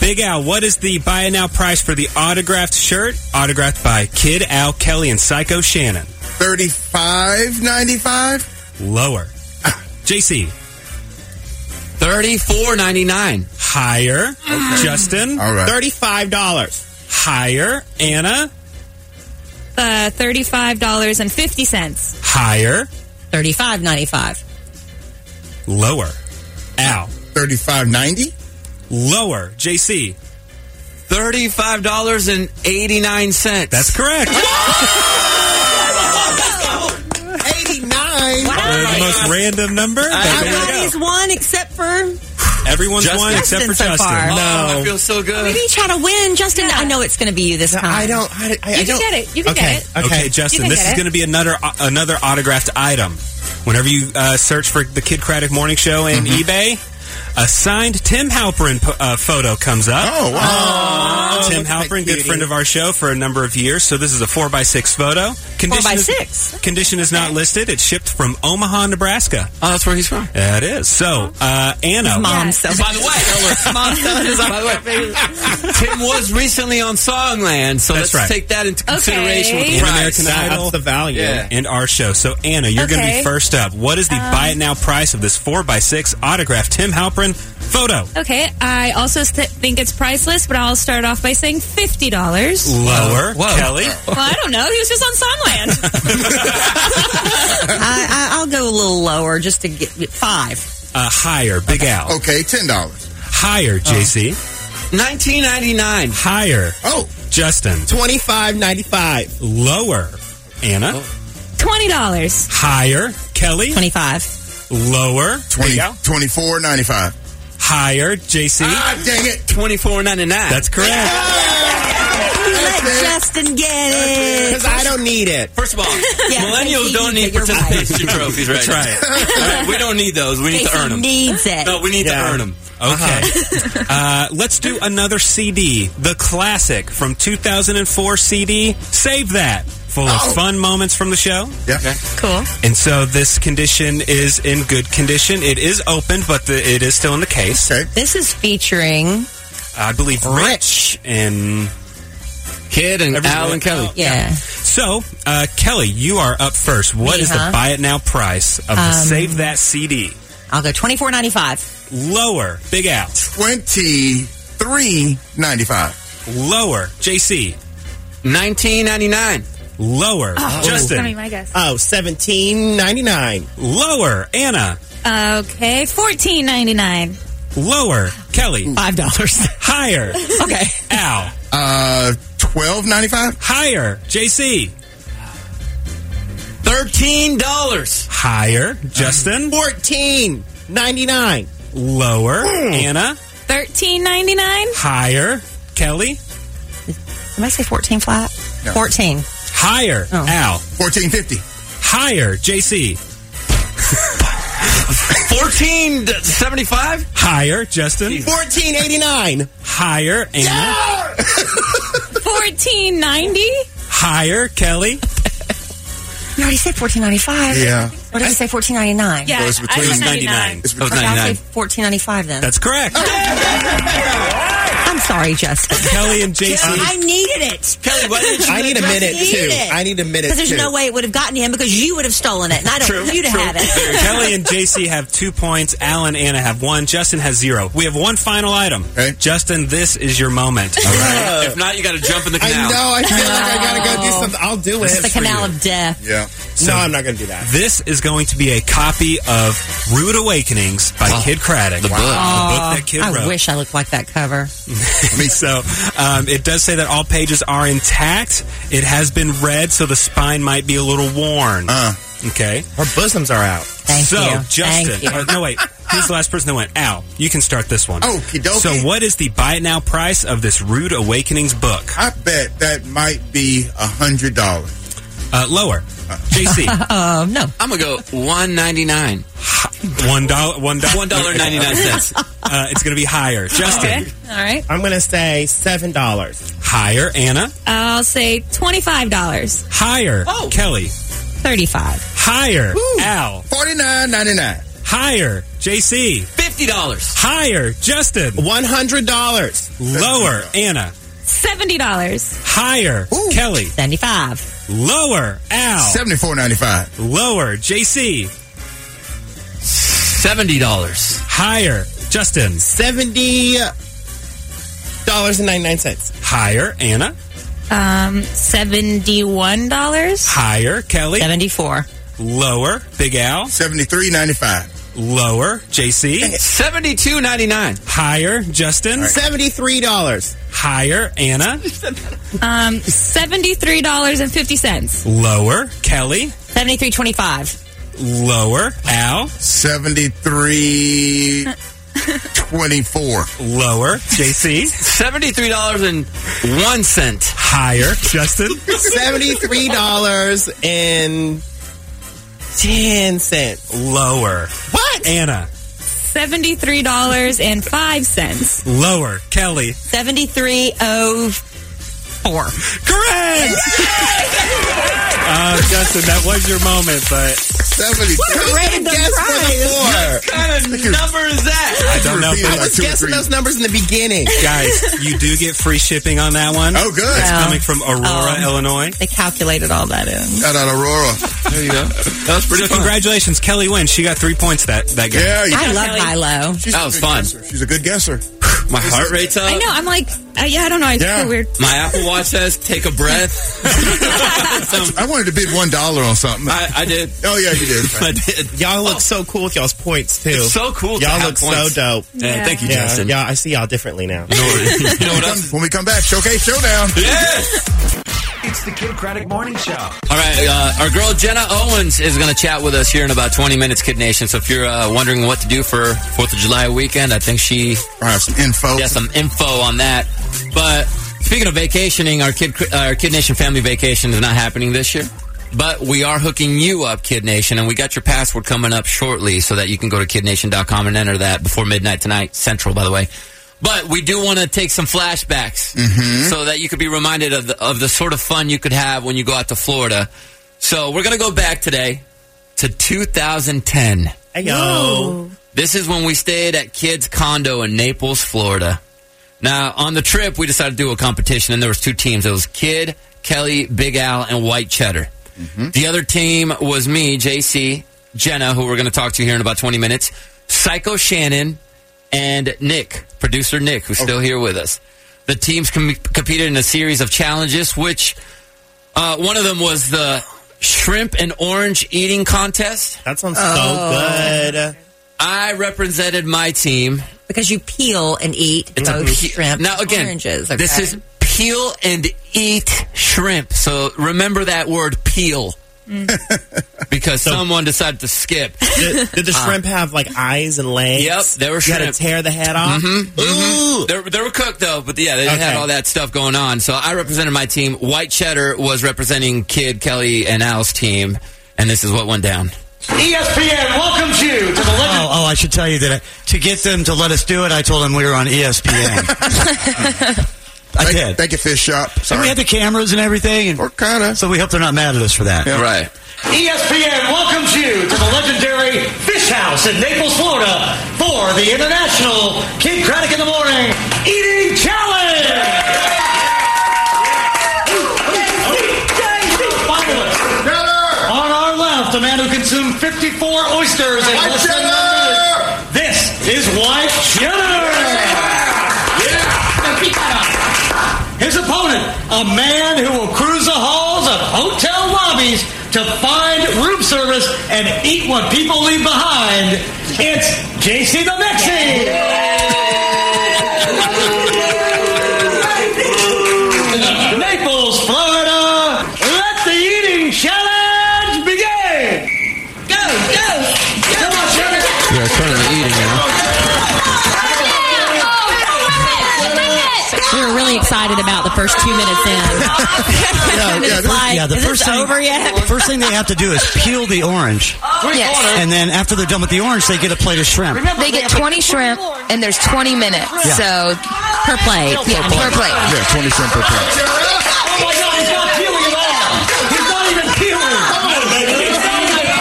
E: Big Al, what is the buy it now price for the autographed shirt? Autographed by Kid Al, Kelly, and Psycho Shannon.
D: Thirty-five ninety-five.
E: Lower. JC.
B: Thirty-four ninety-nine.
E: Higher. Justin.
D: All right.
J: Thirty-five dollars.
E: Higher. Anna.
G: Uh, thirty five dollars and fifty cents.
E: Higher.
F: Thirty five ninety five.
E: Lower. Al.
D: Thirty-five ninety.
E: Lower. JC.
B: Thirty-five dollars and eighty-nine cents.
E: That's correct.
J: Eighty-nine.
E: the most random number.
F: Everybody's one except for
E: Everyone's
B: Justin.
E: won except for
F: Justin so
E: Justin.
F: far.
B: Oh,
J: No.
B: I feel so good.
F: maybe you try to win, Justin.
G: Yeah.
F: I know it's gonna be you this time.
J: I don't. I, I, I
G: You can
J: don't.
G: get it. You can
J: okay.
G: get it.
E: Okay,
J: Okay.
E: Justin,
G: can
E: this
G: get
E: is
G: it.
E: going to be another uh, another autographed item. Whenever you uh, search for the Kid Craddock Morning Show in eBay, a signed Tim Halperin po- uh, photo comes up.
D: Oh, wow.
E: Tim Halperin, good friend of our show for a number of years. So this is a 4x6 photo.
F: by
E: is-
F: six.
E: Condition is not listed. It's shipped from Omaha, Nebraska.
B: Oh, that's where he's from.
E: That is. So, uh, Anna.
F: Mom selling.
B: By the way,
F: Mom selling his
B: By the way, Tim was recently on Songland, so
E: That's
B: let's
E: right.
B: take that into
G: Okay.
B: consideration with the
E: in
B: price.
E: American Idol.
J: the value.
B: Yeah.
E: in our show. So, Anna, you're going to
G: Okay.
E: be first up. What is the buy it now price of this 4x6 autographed Tim Halperin photo?
G: Okay, I also st- think it's priceless, but I'll start off by saying fifty dollars.
E: Lower.
B: Whoa.
E: Kelly?
G: Well, I don't know. He was just on Songland.
F: I, I, I'll go a little lower just to get five.
E: Uh, higher. Big Al.
D: Okay, ten dollars.
E: Higher, JC.
B: 1999.
E: Higher.
D: Oh,
E: Justin.
J: Twenty five ninety five.
E: Lower. Anna.
D: Oh.
G: Twenty dollars.
E: Higher. Kelly.
F: Twenty-five.
E: Lower.
D: 20,
E: Big Al.
D: 24 95
E: Higher. JC.
D: Ah, dang it.
B: 24.99.
E: That's correct.
F: Let Justin get it.
J: Because I don't need it.
B: First of all,
F: Yeah,
B: millennials
F: Casey,
B: don't need
F: you're right.
B: participation trophies right
E: That's
B: now.
E: right.
B: All right, We don't need those. We need to
F: Casey
B: earn them.
F: needs it.
B: No, we need
J: Yeah.
B: to earn them.
E: Okay. uh,
D: Uh-huh.
E: let's do another CD, the classic from 2004 CD. Save that. Full of
D: Oh.
E: fun moments from the show.
D: Yeah.
G: Cool.
E: And so this condition is in good condition. It is opened, but the, it is still in the case.
D: Okay.
F: This is featuring.
E: I believe Rich. And
B: Kid and
E: Everyone-
B: Al and Kelly.
F: Yeah.
E: so, uh, Kelly, you are up first. What
F: Me,
E: is
F: huh? Um,
E: the buy it now price of the Save That CD?
F: I'll go twenty four ninety five.
E: Lower, Big Al.
D: 23 95
E: Lower, JC.
B: 1999.
G: Oh.
E: Lower,
G: I mean,
E: Justin.
G: my guess.
J: Oh, seventeen ninety nine.
E: Lower, Anna.
G: Okay, fourteen ninety nine.
E: Lower, Kelly.
F: Five dollars.
E: Higher,
F: okay.
E: Al.
D: uh 12 95
E: Higher, JC.
B: $13.
E: Higher, Justin.
J: Fourteen ninety nine.
E: Lower,
F: Mm.
E: Anna.
G: Thirteen ninety nine.
E: Higher, Kelly.
F: Did I say fourteen flat?
D: No.
F: Fourteen.
E: Higher,
F: Oh.
E: Al.
D: 1450
E: Higher, JC.
B: 14.75.
E: Higher, Justin.
J: Fourteen eighty nine.
E: Higher, Anna.
G: Fourteen ninety.
E: Higher, Kelly.
F: You already said fourteen ninety five.
D: yeah
F: What did you say? Fourteen ninety nine.
G: Yeah,
D: Goes between
G: I said
B: 99. That was
F: Okay, I'll
B: 99.
F: say fourteen ninety five then.
E: That's correct.
F: I'm sorry, Justin.
E: Kelly and JC.
F: I needed it.
B: Kelly, what did you
J: I need a
F: Just
J: minute
F: eat
J: too.
F: it.
J: I need a minute
F: Because there's
J: too.
F: no way it would have gotten him because you would have stolen it, and I don't want you to have it.
E: Kelly and JC have two points. Al and Anna have one. Justin has zero. We have one final item.
D: Okay.
E: Justin, this is your moment.
B: If not, you got to jump in the
J: I
B: canal.
J: know. I feel like I gotta go do something. I'll do
F: It's
J: it.
F: the canal of death.
D: yeah
E: So-
J: no, I'm not gonna do that.
E: This is going to be a copy of Rude Awakenings by Kid Craddock. The book. The book that Kid
F: I
E: wrote.
F: wish I looked like that cover.
E: So um, it does say that all pages are intact. It has been read, so the spine might be a little worn.
D: uh
E: Okay.
J: Her bosoms are out.
F: Thank
E: so,
F: you.
E: Justin.
F: Thank you.
E: or, no, wait. Who's the last person that went? Al, you can start this one.
D: Okie dokie.
E: So, what is the buy it now price of this Rude Awakenings book?
D: i bet that might be a hundred dollars
E: Uh, lower. JC.
F: Oh no,
B: I'm going to go 199.
E: One dollar. One dollar.
B: $1.99.
E: Uh, it's going to be higher. Justin.
G: All right,
J: I'm gonna say seven dollars.
E: Higher. Anna.
G: I'll say twenty five dollars.
E: Higher. Kelly.
F: thirty five.
E: Higher. Al.
D: 49.99
E: Higher. JC.
B: $50.
E: Higher. Justin.
J: One hundred dollars.
E: Lower, Anna.
G: Seventy dollars.
E: Higher, Kelly.
F: Seventy five.
E: Lower, Al.
D: 74.95
E: Lower, JC.
B: $70.
E: Higher, Justin.
J: Seventy dollars and ninety nine cents.
E: Higher, Anna.
G: Um, seventy one dollars.
E: Higher, Kelly.
F: Seventy four.
E: Lower, Big Al.
D: 73.95
E: Lower, JC.
B: $72.99.
E: Higher, Justin.
J: Seventy three dollars.
E: Higher, Anna.
G: Um, seventy three dollars and fifty cents.
E: Lower, Kelly.
F: Seventy three twenty five.
E: Lower, Al.
D: 73.24
E: Lower, JC.
B: $73.01.
E: Higher, Justin.
J: Seventy three dollars and ten cents.
E: Lower,
J: What?
E: Anna.
G: seventy-three dollars and five cents.
K: Lower, Kelly.
F: Seventy-three oh four.
K: Correct. Uh, Justin, that was your moment, but
D: seventy.
J: What
B: kind of number is that?
K: I don't know.
J: I was guessing those numbers in the beginning.
K: Guys, you do get free shipping on that one.
D: Oh, good.
K: It's
F: Wow.
K: coming from Aurora,
F: Um,
K: Illinois.
F: They calculated all that in.
D: Shout out Aurora.
B: There you go. That was pretty
K: So
B: fun.
K: congratulations, Kelly wins. She got three points that that game.
D: Yeah, you-
F: I love
G: Kelly.
F: high low.
D: she's
B: That
D: a
B: was
D: good
B: fun.
D: guesser. She's a good guesser.
B: My heart rate's up.
G: I know. I'm like, uh, yeah, I don't know. I
D: Yeah.
G: feel weird.
B: My Apple Watch says, take a breath. Some-
D: I wanted to bid one dollar on something.
B: I, I did.
D: oh yeah, you did.
B: I did.
C: Y'all look
B: Oh.
C: so cool with y'all's points too.
B: It's so cool to
C: Y'all
B: have
C: look
B: points.
C: so dope.
B: Yeah,
G: Yeah.
B: thank you,
C: Yeah,
B: Justin.
C: yeah, I see y'all differently now.
B: You know what- you know what
D: Come-
B: else?
D: when we come back, showcase showdown.
B: Yes!
H: It's the Kid Craddock Morning Show.
B: All right, uh, our girl Jenna Owens is going to chat with us here in about 20 minutes, Kid Nation. So if you're uh, wondering what to do for 4th of July weekend, I think she
D: I have some info.
B: got some info on that. But speaking of vacationing, our Kid, uh, our Kid Nation family vacation is not happening this year. But we are hooking you up, Kid Nation, and we got your password coming up shortly so that you can go to kidnation.com and enter that before midnight tonight, Central, by the way. But we do want to take some flashbacks so that you could be reminded of the, of the sort of fun you could have when you go out to Florida. So we're going to go back today to 2010.
C: Hey, yo.
B: This is when we stayed at Kids Condo in Naples, Florida. Now, on the trip, we decided to do a competition, and there was two teams. It was Kid, Kelly, Big Al, and White Cheddar. The other team was me, JC, Jenna, who we're going to talk to here in about 20 minutes, Psycho Shannon, and Nick, producer Nick, who's still here with us. The teams com- competed in a series of challenges, which uh, one of them was the shrimp and orange eating contest.
C: That sounds so good.
B: I represented my team.
F: Oh. Because you peel and eat
B: It's
F: both
B: a pe-
F: shrimp
B: now again.
F: oranges. Okay?
B: This is peel and eat shrimp. So remember that word peel,
F: Mm.
B: because someone decided to skip. Uh,
C: Did, did the shrimp have like eyes and legs?
B: Ah. Yep, they were
C: You had
B: shrimp. Mm-hmm.
C: to tear the head off. Ooh.
B: They, were- they were cooked though, but yeah, they had
C: Okay.
B: all that stuff going on. So I represented my team. White Cheddar was representing Kid Kelly and Al's team, and this is what went down.
H: E ESPN welcomes you to the legend.
K: Oh, oh, I should tell you that I, to get them to let us do it, I told them we were on E ESPN. I
D: Thank,
K: did.
D: thank you, fish shop.
K: and
D: Sorry.
K: we had the cameras and everything, and
D: or kinda.
K: so we hope they're not mad at us for that.
B: Right.
H: ESPN welcomes you to the legendary Fish House in Naples, Florida for the International Kid Craddock in the Morning Eating Challenge. Finally, On our left, a man who consumed 54 oysters in less than one minute. This is White Cheddar. His opponent, a man who will cruise the halls of hotel lobbies to find room service and eat what people leave behind. It's JC the Mexi. Naples, Florida. Let the eating challenge begin. Go, go, go. Come on, Cheddar.
B: We are currently eating now.
G: We were really excited about the first two minutes in.
K: Yeah,
F: It's like,
K: the
F: is
K: first
F: this
K: thing,
F: over yet?
K: First thing they have to do is peel the orange,
H: Three
L: Yes.
H: quarters.
K: and then after they're done with the orange, they get a plate of shrimp.
L: They get 20 shrimp, and there's 20 minutes.
K: Yeah.
L: So per plate, yeah, per plate.
D: Yeah, twenty cent per plate.
H: Oh my God, he's not peeling at all. He's not even peeling. He's not even-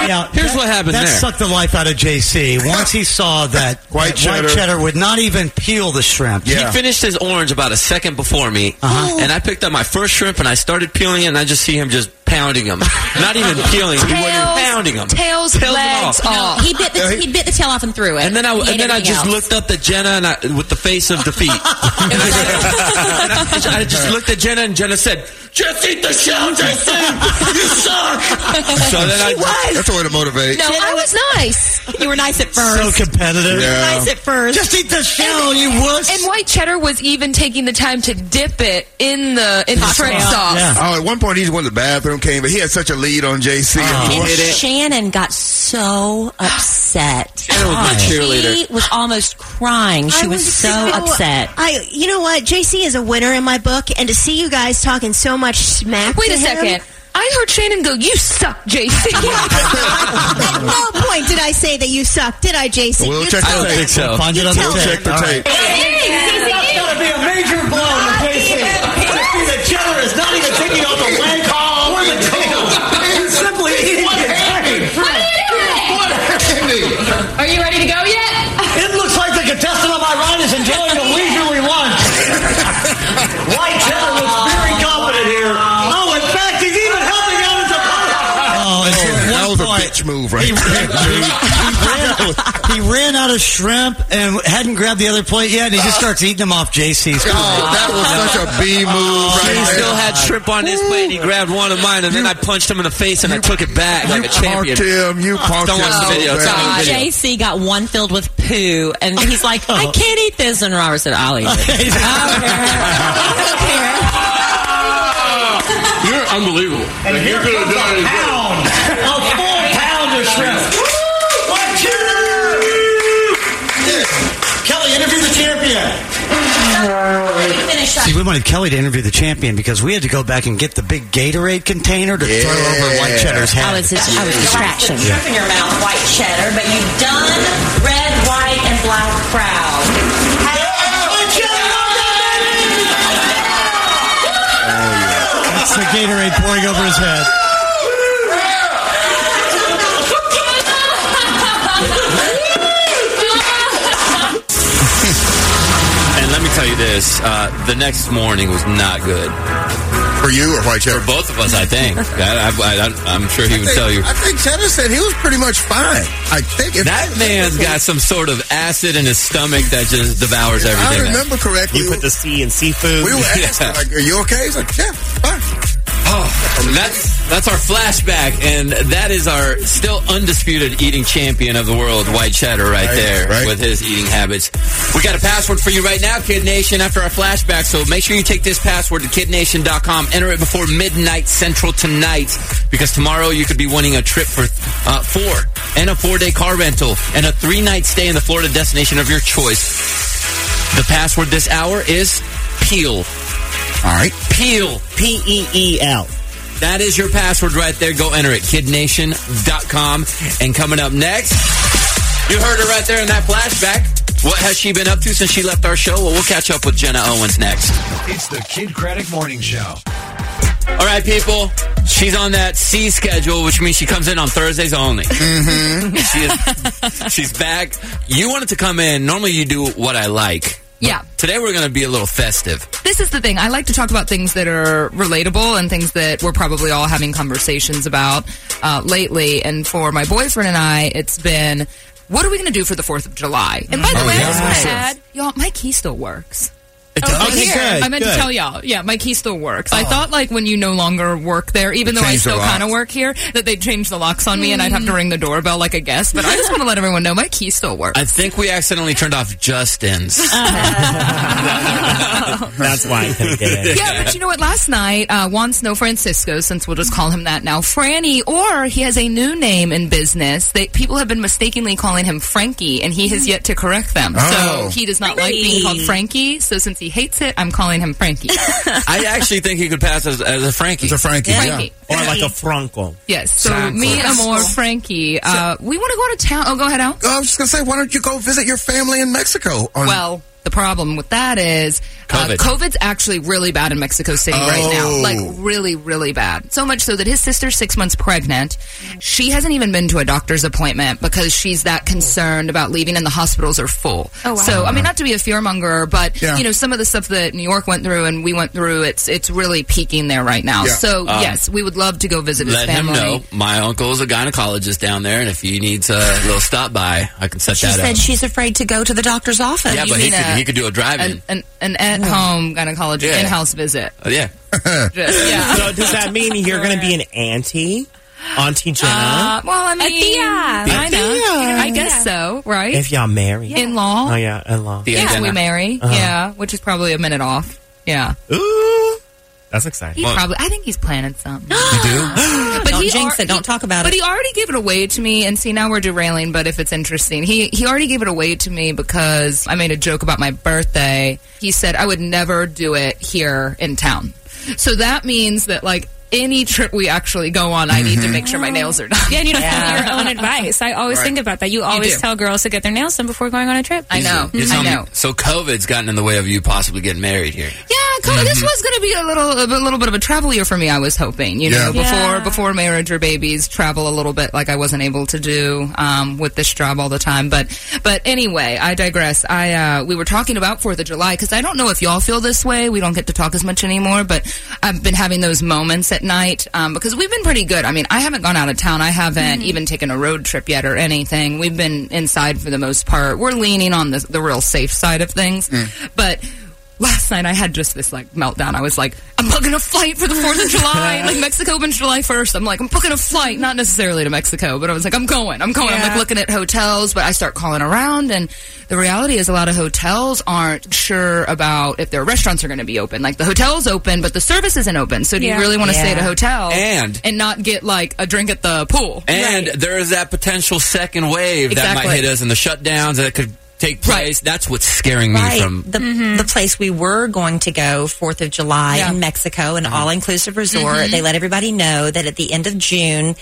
K: Yeah,
B: Here's what happened
K: That
B: there.
K: sucked the life out of JC once he saw that
D: White
K: that
D: cheddar.
K: would not even peel the shrimp.
D: Yeah.
B: He finished his orange about a second before me, and I picked up my first shrimp and I started peeling it, and I just see him just pounding them, not even peeling, he wasn't pounding them,
L: tails, legs off.
G: He bit the he bit the tail off and threw it.
B: And then I
G: He ate
B: and then I
G: everything
B: just
G: else.
B: looked up at Jenna and I, with the face of defeat. and I, just, I just looked at Jenna and Jenna said, "Just eat the shell, Jason. You suck." So then I
D: That's a way to motivate.
L: No, I was nice.
F: You were nice at
K: so
F: first.
K: competitive.
D: Yeah.
F: Nice at first.
K: Just eat the shell, you wuss.
L: And white cheddar was even taking the time to dip it in the in the shrimp sauce.
K: Yeah.
D: Oh, at one point he just went to the bathroom, came, but he had such a lead on Oh, JC.
F: And
B: hit it.
F: Shannon got so upset.
B: Shannon was my cheerleader.
F: She was almost crying. She was, so, upset.
M: I, you know what? JC is a winner in my book, and to see you guys talking so much smack.
L: Wait
M: to
L: a
M: him,
L: second. I heard Shannon go, "You suck, JC."
M: At no point did I say that you suck, did I, Jason?
D: We'll
M: You
D: check
M: tell
D: the
M: them.
D: tape.
M: You
D: Find it on
M: tell
D: the
M: them.
D: tape. Check the tape.
H: That's got to be a major blow to Casey. Casey the Killer is not even taking off the leg or the tail. He's simply eating it.
L: Are you ready to go yet?
H: It looks like the contestant on my right is enjoying a leisurely lunch. White Cheddar looks very confident here. Oh, in fact, he's even helping out as a
K: Oh, and
D: that was
K: point,
D: a bitch move right
K: he, he, he ran, he ran out of shrimp and hadn't grabbed the other plate yet, and he just starts eating them off JC's. plate.
D: that was such a B move right
B: He
D: there.
B: still had shrimp on his plate. He grabbed one of mine, and then I punched him in the face, and I took it back like a champion.
D: Tim, you punked
B: Don't watch
D: him
B: the video.
D: so
B: It's not on
D: bad.
B: the video.
F: JC got one filled with poo, and he's like, I can't eat this. And Robert said, I'll eat it.
N: You're unbelievable.
H: And
N: Like,
H: here
N: you could've
H: comes
N: done
H: a
N: it.
H: pound, a full pound of shrimp. Woo! White Cheddar! Kelly, interview the champion.
K: See, we wanted Kelly to interview the champion because we had to go back and get the big Gatorade container to throw over White Cheddar's head.
F: I was, his, I was distraction.
K: Yeah.
F: in your mouth, white cheddar, but you've done red, white, and black crowd.
K: That's the Gatorade pouring over his head.
B: And let me tell you this: uh, the next morning was not good
D: for you or White Cheddar.
B: For both of us, I think. I, am sure he
D: I
B: would
D: think-
B: tell you.
D: I think Cheddar said he was pretty much fine. I think if
B: That man's got some sort of acid in his stomach that just devours everything.
D: I remember correctly.
B: You put
D: the
K: sea in seafood.
D: We were asked,
B: Yeah.
D: like, "Are you okay?" He's like, "Yeah, fine."
B: And that's that's our flashback, and that is our still undisputed eating champion of the world, White Cheddar, right,
D: Right,
B: there
D: right.
B: with his eating habits. We got a password for you right now, Kid Nation, after our flashback. So make sure you take this password to kidnation.com. Enter it before midnight central tonight, because tomorrow you could be winning a trip for uh, four and a four day car rental and a three night stay in the Florida destination of your choice. The password this hour is peel.
D: All right.
B: Peel. P E E L. That is your password right there. Go enter it. KidNation.com. And coming up next, you heard her right there in that flashback. What has she been up to since she left our show? Well, we'll catch up with Jenna Owens next.
A: It's the Kid Craddock Morning Show.
B: All right, people. She's on that C schedule, which means she comes in on Thursdays only. Mm-hmm. She is, she's back. You wanted to come in. Normally, you do what I like.
L: Yeah.
B: Today, we're going to be a little festive.
L: This is the thing. I like to talk about things that are relatable and things that we're probably all having conversations about uh, lately. And for my boyfriend and I, it's been, what are we going to do for the 4th of July? And by the
K: Mm.
G: Oh,
L: way,
G: yeah.
L: I just want
G: Yes.
L: to add, y'all, my key still works.
G: It
L: Oh,
G: does?
L: it's
G: Okay,
L: here.
G: good,
L: I meant to
G: good.
L: tell y'all. Yeah, my key still works. I thought like when you no longer work there, even though I
G: Change the
L: still
G: locks.
L: kind of work here, that they'd change the locks on me and I'd have to ring the doorbell like a guest. But I just want to let everyone know my key still works.
B: I think we accidentally turned off Justin's.
G: Uh-huh.
K: That's why I couldn't get in.
L: Oh, yeah, but you know what? Last night, uh, Juan Snow Francisco, since we'll just call him that now, Franny, or he has a new name in business. They, people have been mistakenly calling him Frankie, and he has yet to correct them.
B: Oh.
L: So he does not like being called Frankie. So since he hates it, I'm calling him Frankie.
B: I actually think he could pass as, as a Frankie. As a
D: Frankie,
L: yeah. Frankie.
B: Or like a Franco.
L: yes. So
B: Sounds
L: me,
B: good.
L: Amor, Frankie, uh, we want to go to town. Oh, go ahead, Al.
D: I was just gonna say, why don't you go visit your family in Mexico? On-
L: Well, the problem with that is
D: COVID.
L: Uh, COVID's actually really bad in Mexico City right
D: Oh.
L: now. Like, really, really bad. So much so that his sister's six months pregnant. She hasn't even been to a doctor's appointment because she's that concerned about leaving, and the hospitals are full.
G: Oh, wow.
L: So, I mean, not to be a fearmonger, but,
G: Yeah.
L: you know, some of the stuff that New York went through and we went through, it's it's really peaking there right now.
B: Yeah.
L: So,
B: Um,
L: yes, we would love to go visit his
B: Let
L: family.
B: him know my uncle is a gynecologist down there, and if he needs a little stop by, I can set
F: She
B: that
F: said
B: up.
F: she's afraid to go to the doctor's office.
B: yeah, but he could, he could do a drive-in.
L: An, an, an at home gynecologist
B: Yeah.
L: in house visit.
B: Uh, yeah.
L: Just, yeah.
O: So does that mean you're going to be an auntie, auntie
L: Uh,
O: Jenna,
L: well, I mean, kind of. I guess so, right?
O: if y'all marry?
L: in law,
O: Oh yeah, in law.
L: Uh, yeah, we marry,
O: Uh-huh.
L: yeah, which is probably a minute off. Yeah,
O: Ooh, that's exciting.
L: he probably. I think he's planning something.
O: you do.
L: but
F: Don't
L: he
F: jinx
L: ar-
F: it. Don't
L: he-
F: talk about
L: But
F: it.
L: he already gave it away to me, and see now we're derailing. But if it's interesting, he he already gave it away to me because I made a joke about my birthday. He said I would never do it here in town. So that means that like any trip we actually go on, I need to make
O: Mm-hmm.
L: sure my nails are done.
G: Yeah, and you don't follow your own advice. I always
B: Right.
G: think about that. You always
L: do.
G: tell girls to get their nails done before going on a trip.
L: I know.
B: You're
L: I
B: telling me-
L: know.
B: so COVID's gotten in the way of you possibly getting married here.
L: Yeah, co- this was going to be a little, a little bit of a travel year for me. I was hoping, you know,
B: Yeah.
L: before
B: Yeah.
L: before marriage or babies, travel a little bit, like I wasn't able to do um, with this job all the time. But but anyway, I digress. I uh, we were talking about Fourth of July because I don't know if y'all feel this way. We don't get to talk as much anymore, but I've been having those moments at night um, because we've been pretty good. I mean, I haven't gone out of town. I haven't even taken a road trip yet or anything. We've been inside for the most part. We're leaning on the the real safe side of things, but last night I had just this like meltdown. I was like, I'm booking a flight for the 4th of July. like Mexico opens July 1st. I'm like, I'm booking a flight, not necessarily to Mexico, but I was like, I'm going, I'm going. I'm like
G: Yeah.
L: looking at hotels, but I start calling around and the reality is a lot of hotels aren't sure about if their restaurants are going to be open. Like the hotel's open, but the service isn't open. So do
B: Yeah.
L: you really want to stay at a
B: Yeah.
L: hotel
B: And-
L: and not get like a drink at the pool?
B: And there is that potential second wave that might
L: Exactly.
B: hit us and the shutdowns that could take place. That's what's scaring me
F: right.
B: from.
F: the,
D: Mm-hmm.
F: the place we were going to go, 4th of July in Mexico, an
D: Mm-hmm.
F: all inclusive resort.
G: Mhm.
F: They let everybody know that at the end of June,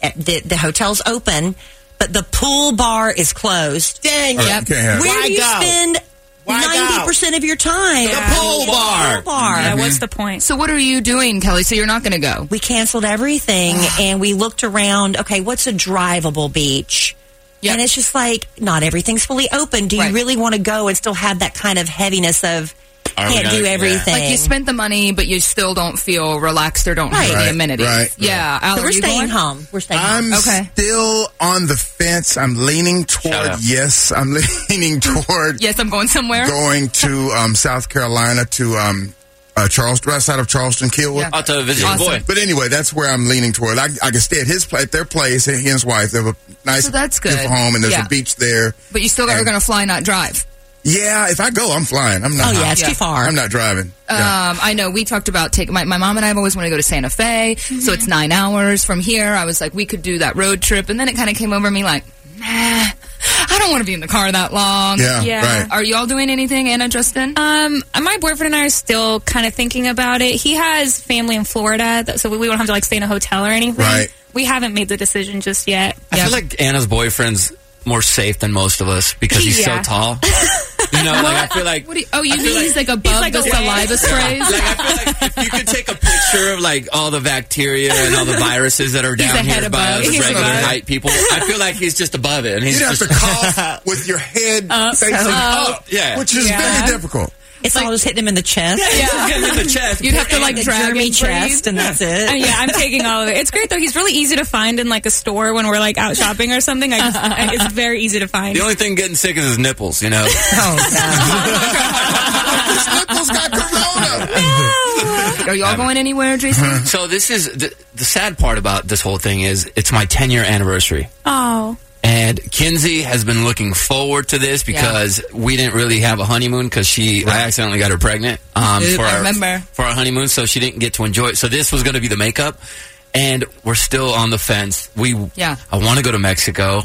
F: eh, the, the hotel's open, but the pool bar is closed. Dang,
D: All right, you can't have it.
F: Where
D: Why
F: do you
D: go?
F: spend ninety percent of your time?
D: The pool bar.
F: pool bar.
D: Yeah, what's
G: the point?
L: So what are you doing, Kelly? So you're not going to go?
F: We canceled everything, and we looked around. Okay, what's a drivable beach? And it's just like not everything's fully open. Do you really want to go and still have that kind of heaviness of
B: Are we
F: can't
B: gonna-
F: do
B: yeah.
F: everything?
L: Like you spent the money, but you still don't feel relaxed or Oh, don't have
D: Right.
L: the amenities.
D: Right.
L: Yeah,
D: Right.
L: Al,
F: So
L: are
F: we're
L: you
F: staying
L: going?
F: home. We're staying
D: I'm
F: home. Okay.
D: still on the fence. I'm leaning toward yes. I'm leaning toward
L: Yes, I'm going somewhere.
D: going to um, South Carolina to um, uh, Charleston, right outside of Charleston, Killwood.
L: Yeah. Out to visit your Awesome. boy.
D: But anyway, that's where I'm leaning toward. I, I can stay at his place, at their place, at his wife. They have a nice,
L: So that's good.
D: beautiful home, and there's
L: Yeah.
D: a beach there.
L: But you still got, are going to fly, not drive.
D: Yeah, if I go, I'm flying. I'm not.
L: Oh, yeah, it's too far.
D: I'm not driving.
L: Um, I know we talked about take my, my mom and I have always wanted to go to Santa Fe,
G: Mm-hmm.
L: so it's nine hours from here. I was like, we could do that road trip, and then it kind of came over me like, nah, I don't want to be in the car that long.
G: Yeah, Yeah. right.
L: Um, Are y'all doing anything, Anna, Justin?
G: Um, my boyfriend and I are still kind of thinking about it. He has family in Florida, th- so we we don't have to like stay in a hotel or anything.
B: Right.
G: We haven't made the decision just yet.
B: I feel like Anna's boyfriend's more safe than most of us because he's
G: Yeah.
B: so tall. You know, like I feel like
L: What do you, oh, you mean he's like above
G: like
L: the
G: a whale.
L: saliva sprays?
B: if you could take a picture of like all the bacteria and all the viruses that are
D: He's
B: down
D: a head
B: here by
D: above.
B: us
D: He's
B: regular
D: above.
B: height people, I feel like he's just above it, and he's
D: You'd have
B: just
D: to cough with your head
L: Uh,
D: facing
B: up.
D: up,
B: Yeah.
D: which is
B: Yeah.
D: very difficult.
F: It's all just hitting him in the chest.
G: Yeah. Just
B: hitting him in the chest.
G: You'd have to, like,
F: The
G: drag
F: germy
G: and breathe.
F: chest, and that's it.
G: Uh, yeah, I'm taking all of it. It's great though. He's really easy to find in like a store when we're like out shopping or something. I just, I, it's very easy to find.
B: The only thing getting sick is his nipples, you know.
D: Oh,
L: Are y'all going anywhere, Jason?
B: so this is the, the sad part about this whole thing is it's my 10 year anniversary.
G: Oh.
B: And Kinsey has been looking forward to this because we didn't really have a honeymoon because she I accidentally got her pregnant um,
L: Oop,
B: for
L: I
B: our
L: remember.
B: for our honeymoon, so she didn't get to enjoy it. So this was going to be the makeup, and we're still on the fence. We
L: Yeah.
B: I want to go to Mexico.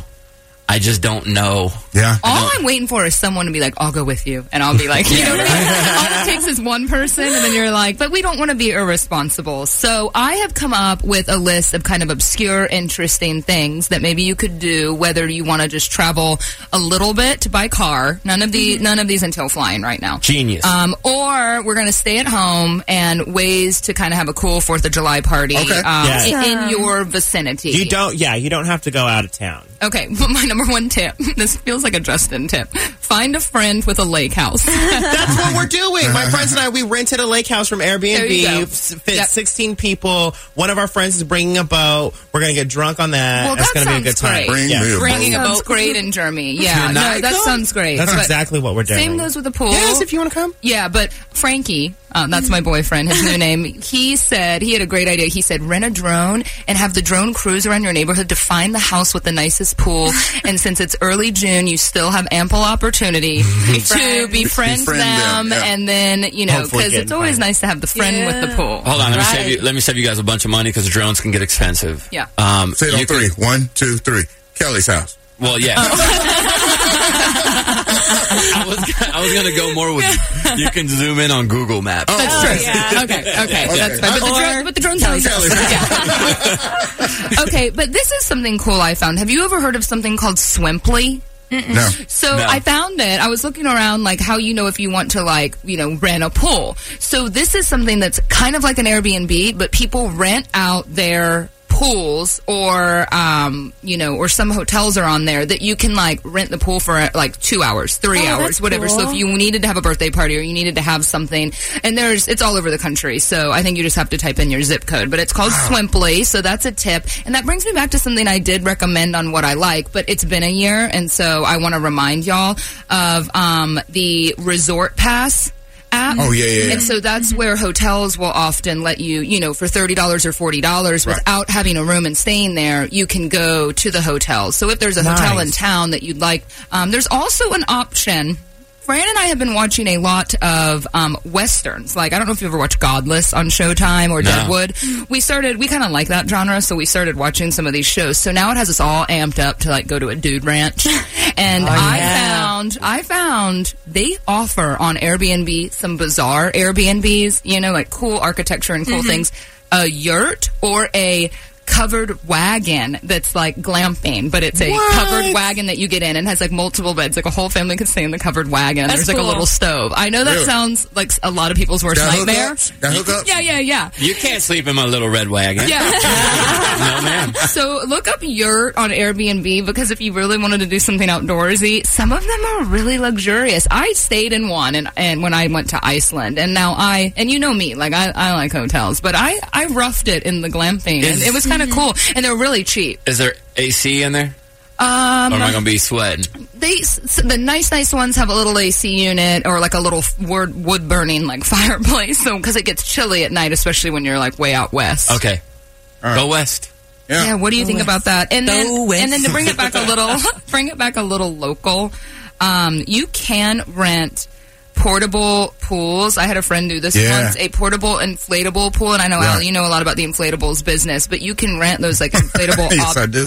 B: I just don't know.
D: Yeah,
L: All I'm waiting for is someone to be like, I'll go with you. And I'll be like, you know what I mean? All it takes is one person, and then you're like, but we don't want to be irresponsible. So I have come up with a list of kind of obscure, interesting things that maybe you could do, whether you want to just travel a little bit by car. None of
O: Mm-hmm.
L: the none of these until flying right now.
B: Genius.
L: Um, or we're going to stay at home and ways to kind of have a cool Fourth of July party
O: Okay.
L: um,
O: Yeah.
L: in- in
O: Awesome.
L: your vicinity.
O: You don't. Yeah, you don't have to go out of town.
L: Okay, but my number one tip. This feels like a Justin tip. Find a friend with a lake house.
J: That's what we're doing. My friends and I, we rented a lake house from
L: There you go.
J: Airbnb. s- Fit 16 people. One of our friends is bringing a boat. We're going to get drunk on that.
L: Well,
J: it's going
L: that
J: to be a
L: sounds
J: good time.
L: great. Bringing a boat, great in Germany. Yeah, no,
J: Tonight?
L: that sounds great.
J: That's
L: But
J: exactly what we're doing.
L: Same goes with the pool.
J: Yes, if you want to come.
L: Yeah, but Frankie, um, that's my boyfriend, his new name. He said he had a great idea. He said rent a drone and have the drone cruise around your neighborhood to find the house with the nicest pool. and since it's early June, you still have ample opportunity to
G: Befriend.
L: befriend
B: Befriend them,
L: them,
B: yeah.
L: and then you know
B: Hopefully
L: because
B: get
L: it's always nice to have the friend with the pool.
B: Hold on, let me save you. Let me save you guys a bunch of money because drones can get expensive.
L: Yeah.
B: Um,
L: Oh.
D: Say it on three. One, two, three. Kelly's house.
B: Well, yeah. I was I was gonna go more with you can zoom in on Google Maps.
L: That's
B: Oh,
L: true.
B: yeah.
L: Okay, okay.
B: Okay.
L: That's fine. But the,
B: Or-
L: drone, but the drone sounds Yeah. okay, but this is something cool I found. Have you ever heard of something called Swimply?
D: No.
L: So
D: No.
L: I found it. I was looking around, like how you know if you want to, like you know, rent a pool. So this is something that's kind of like an Airbnb, but people rent out their pools or um you know or some hotels are on there that you can like rent the pool for like two hours three
N: Oh,
L: hours
N: that's
L: whatever so
N: cool.
L: if you needed to have a birthday party or you needed to have something and there's it's all over the country so i think you just have to type in your zip code but it's called swimply so that's a tip and that brings me back to something i did recommend on what i like but it's been a year and so i want to remind y'all of um, the resort pass app
D: Oh, yeah, yeah, yeah.
L: and so that's where hotels will often let you you know for $30 or $40
D: Right.
L: without having a room and staying there you can go to the hotel so if there's a hotel in
N: Nice.
L: town that you'd like um, there's also an option Fran and I have been watching a lot of um, westerns. Like I don't know if you ever watched Godless on Showtime or
N: No.
L: Deadwood. We started we kind of like that genre, so we started watching some of these shows. So now it has us all amped up to like go to a dude ranch. And
N: Oh,
L: I
N: yeah.
L: found I found they offer on Airbnb some bizarre Airbnbs, you know, like cool architecture and cool
N: Mhm.
L: things. A yurt or a covered wagon that's like glamping, but it's a
N: What?
L: covered wagon that you get in and has like multiple beds. Like a whole family can stay in the covered wagon.
N: That's
L: There's like
N: cool.
L: a little stove. I know that
B: Really?
L: sounds like a lot of people's worst
B: Got
L: nightmare.
B: hookups? Got hookups?
L: Yeah, yeah, yeah.
B: You can't sleep in my little red wagon.
L: Yeah.
B: No, ma'am.
L: So look up yurt on Airbnb because if you really wanted to do something outdoorsy, some of them are really luxurious. I stayed in one and, and when I went to Iceland and now I and you know me, like I, I like hotels, but I, I roughed it in the glamping and
B: Is-
L: it was kinda
N: Mm-hmm.
L: cool. And they're really cheap.
B: Is there AC in there?
L: Um
B: or am I gonna be sweating?
L: they s the nice nice ones have a little AC unit or like a little f- wood wood burning like fireplace so because it gets chilly at night especially when you're like way out west
B: Okay. Go west.
L: yeah, what do you think about that and
N: Go
L: then
N: west.
L: and then to bring it back a little bring it back a little local um, you can rent portable pools i had a friend do this
N: Yeah.
L: once a portable inflatable pool and i know al
N: Right.
L: you know a lot about the inflatables business but you can rent those like inflatable
D: yes, I do.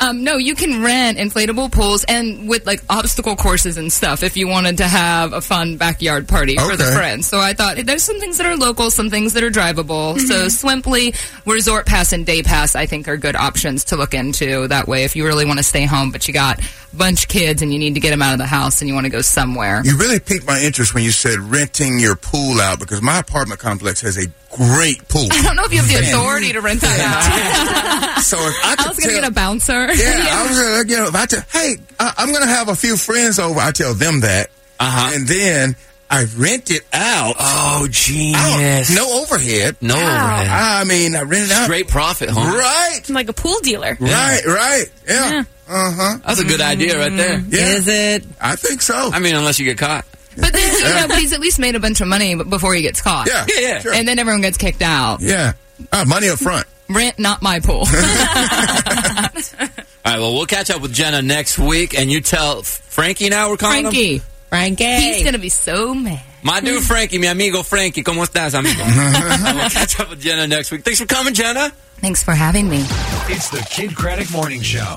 L: Um, no, you can rent inflatable pools and with like obstacle courses and stuff if you wanted to have a fun backyard party for the
N: Okay.
L: friends. So I thought there's some things that are local, some things that are drivable. So
D: Mm-hmm.
L: Swimply, Resort Pass, and Day Pass, I think are good options to look into. That way, if you really want to stay home, but you got a bunch of kids and you need to get them out of the house and you want to go somewhere.
D: You really piqued my interest when you said renting your pool out because my apartment complex has a great pool.
L: I don't know if you have the
D: Man.
L: authority to rent that out.
D: So if I, could
L: was going to
D: tell-
L: get a bouncer.
D: Yeah, I was gonna, you know, if I tell, hey, I, I'm gonna have a few friends over. I tell them that, uh-huh. and then I rent it out. Oh, genius! No overhead.
B: No Wow. overhead.
D: I mean, I rent it out.
B: Straight profit, homie.
D: Right.
N: Like a pool dealer.
D: Right. Right. Yeah. Uh huh.
B: That's a good idea right there.
L: Mm-hmm.
D: Is
B: it?
D: I think so.
B: I mean, unless you get caught.
L: But then, you know, but he's at least made a bunch of money b- before he gets caught.
B: Yeah, yeah, yeah.
L: And then everyone gets kicked out.
D: Yeah. Uh, money up front.
L: Rent, not my pool.
B: All right. Well, we'll catch up with Jenna next week, and you tell Frankie now we're calling him?
L: Frankie. Frankie. He's going to be so mad.
B: My dude Frankie, mi amigo Frankie, ¿cómo estás, amigo? we'll catch up with Jenna next week. Thanks for coming, Jenna.
L: Thanks for having me.
P: It's the Kid Craddock Morning Show.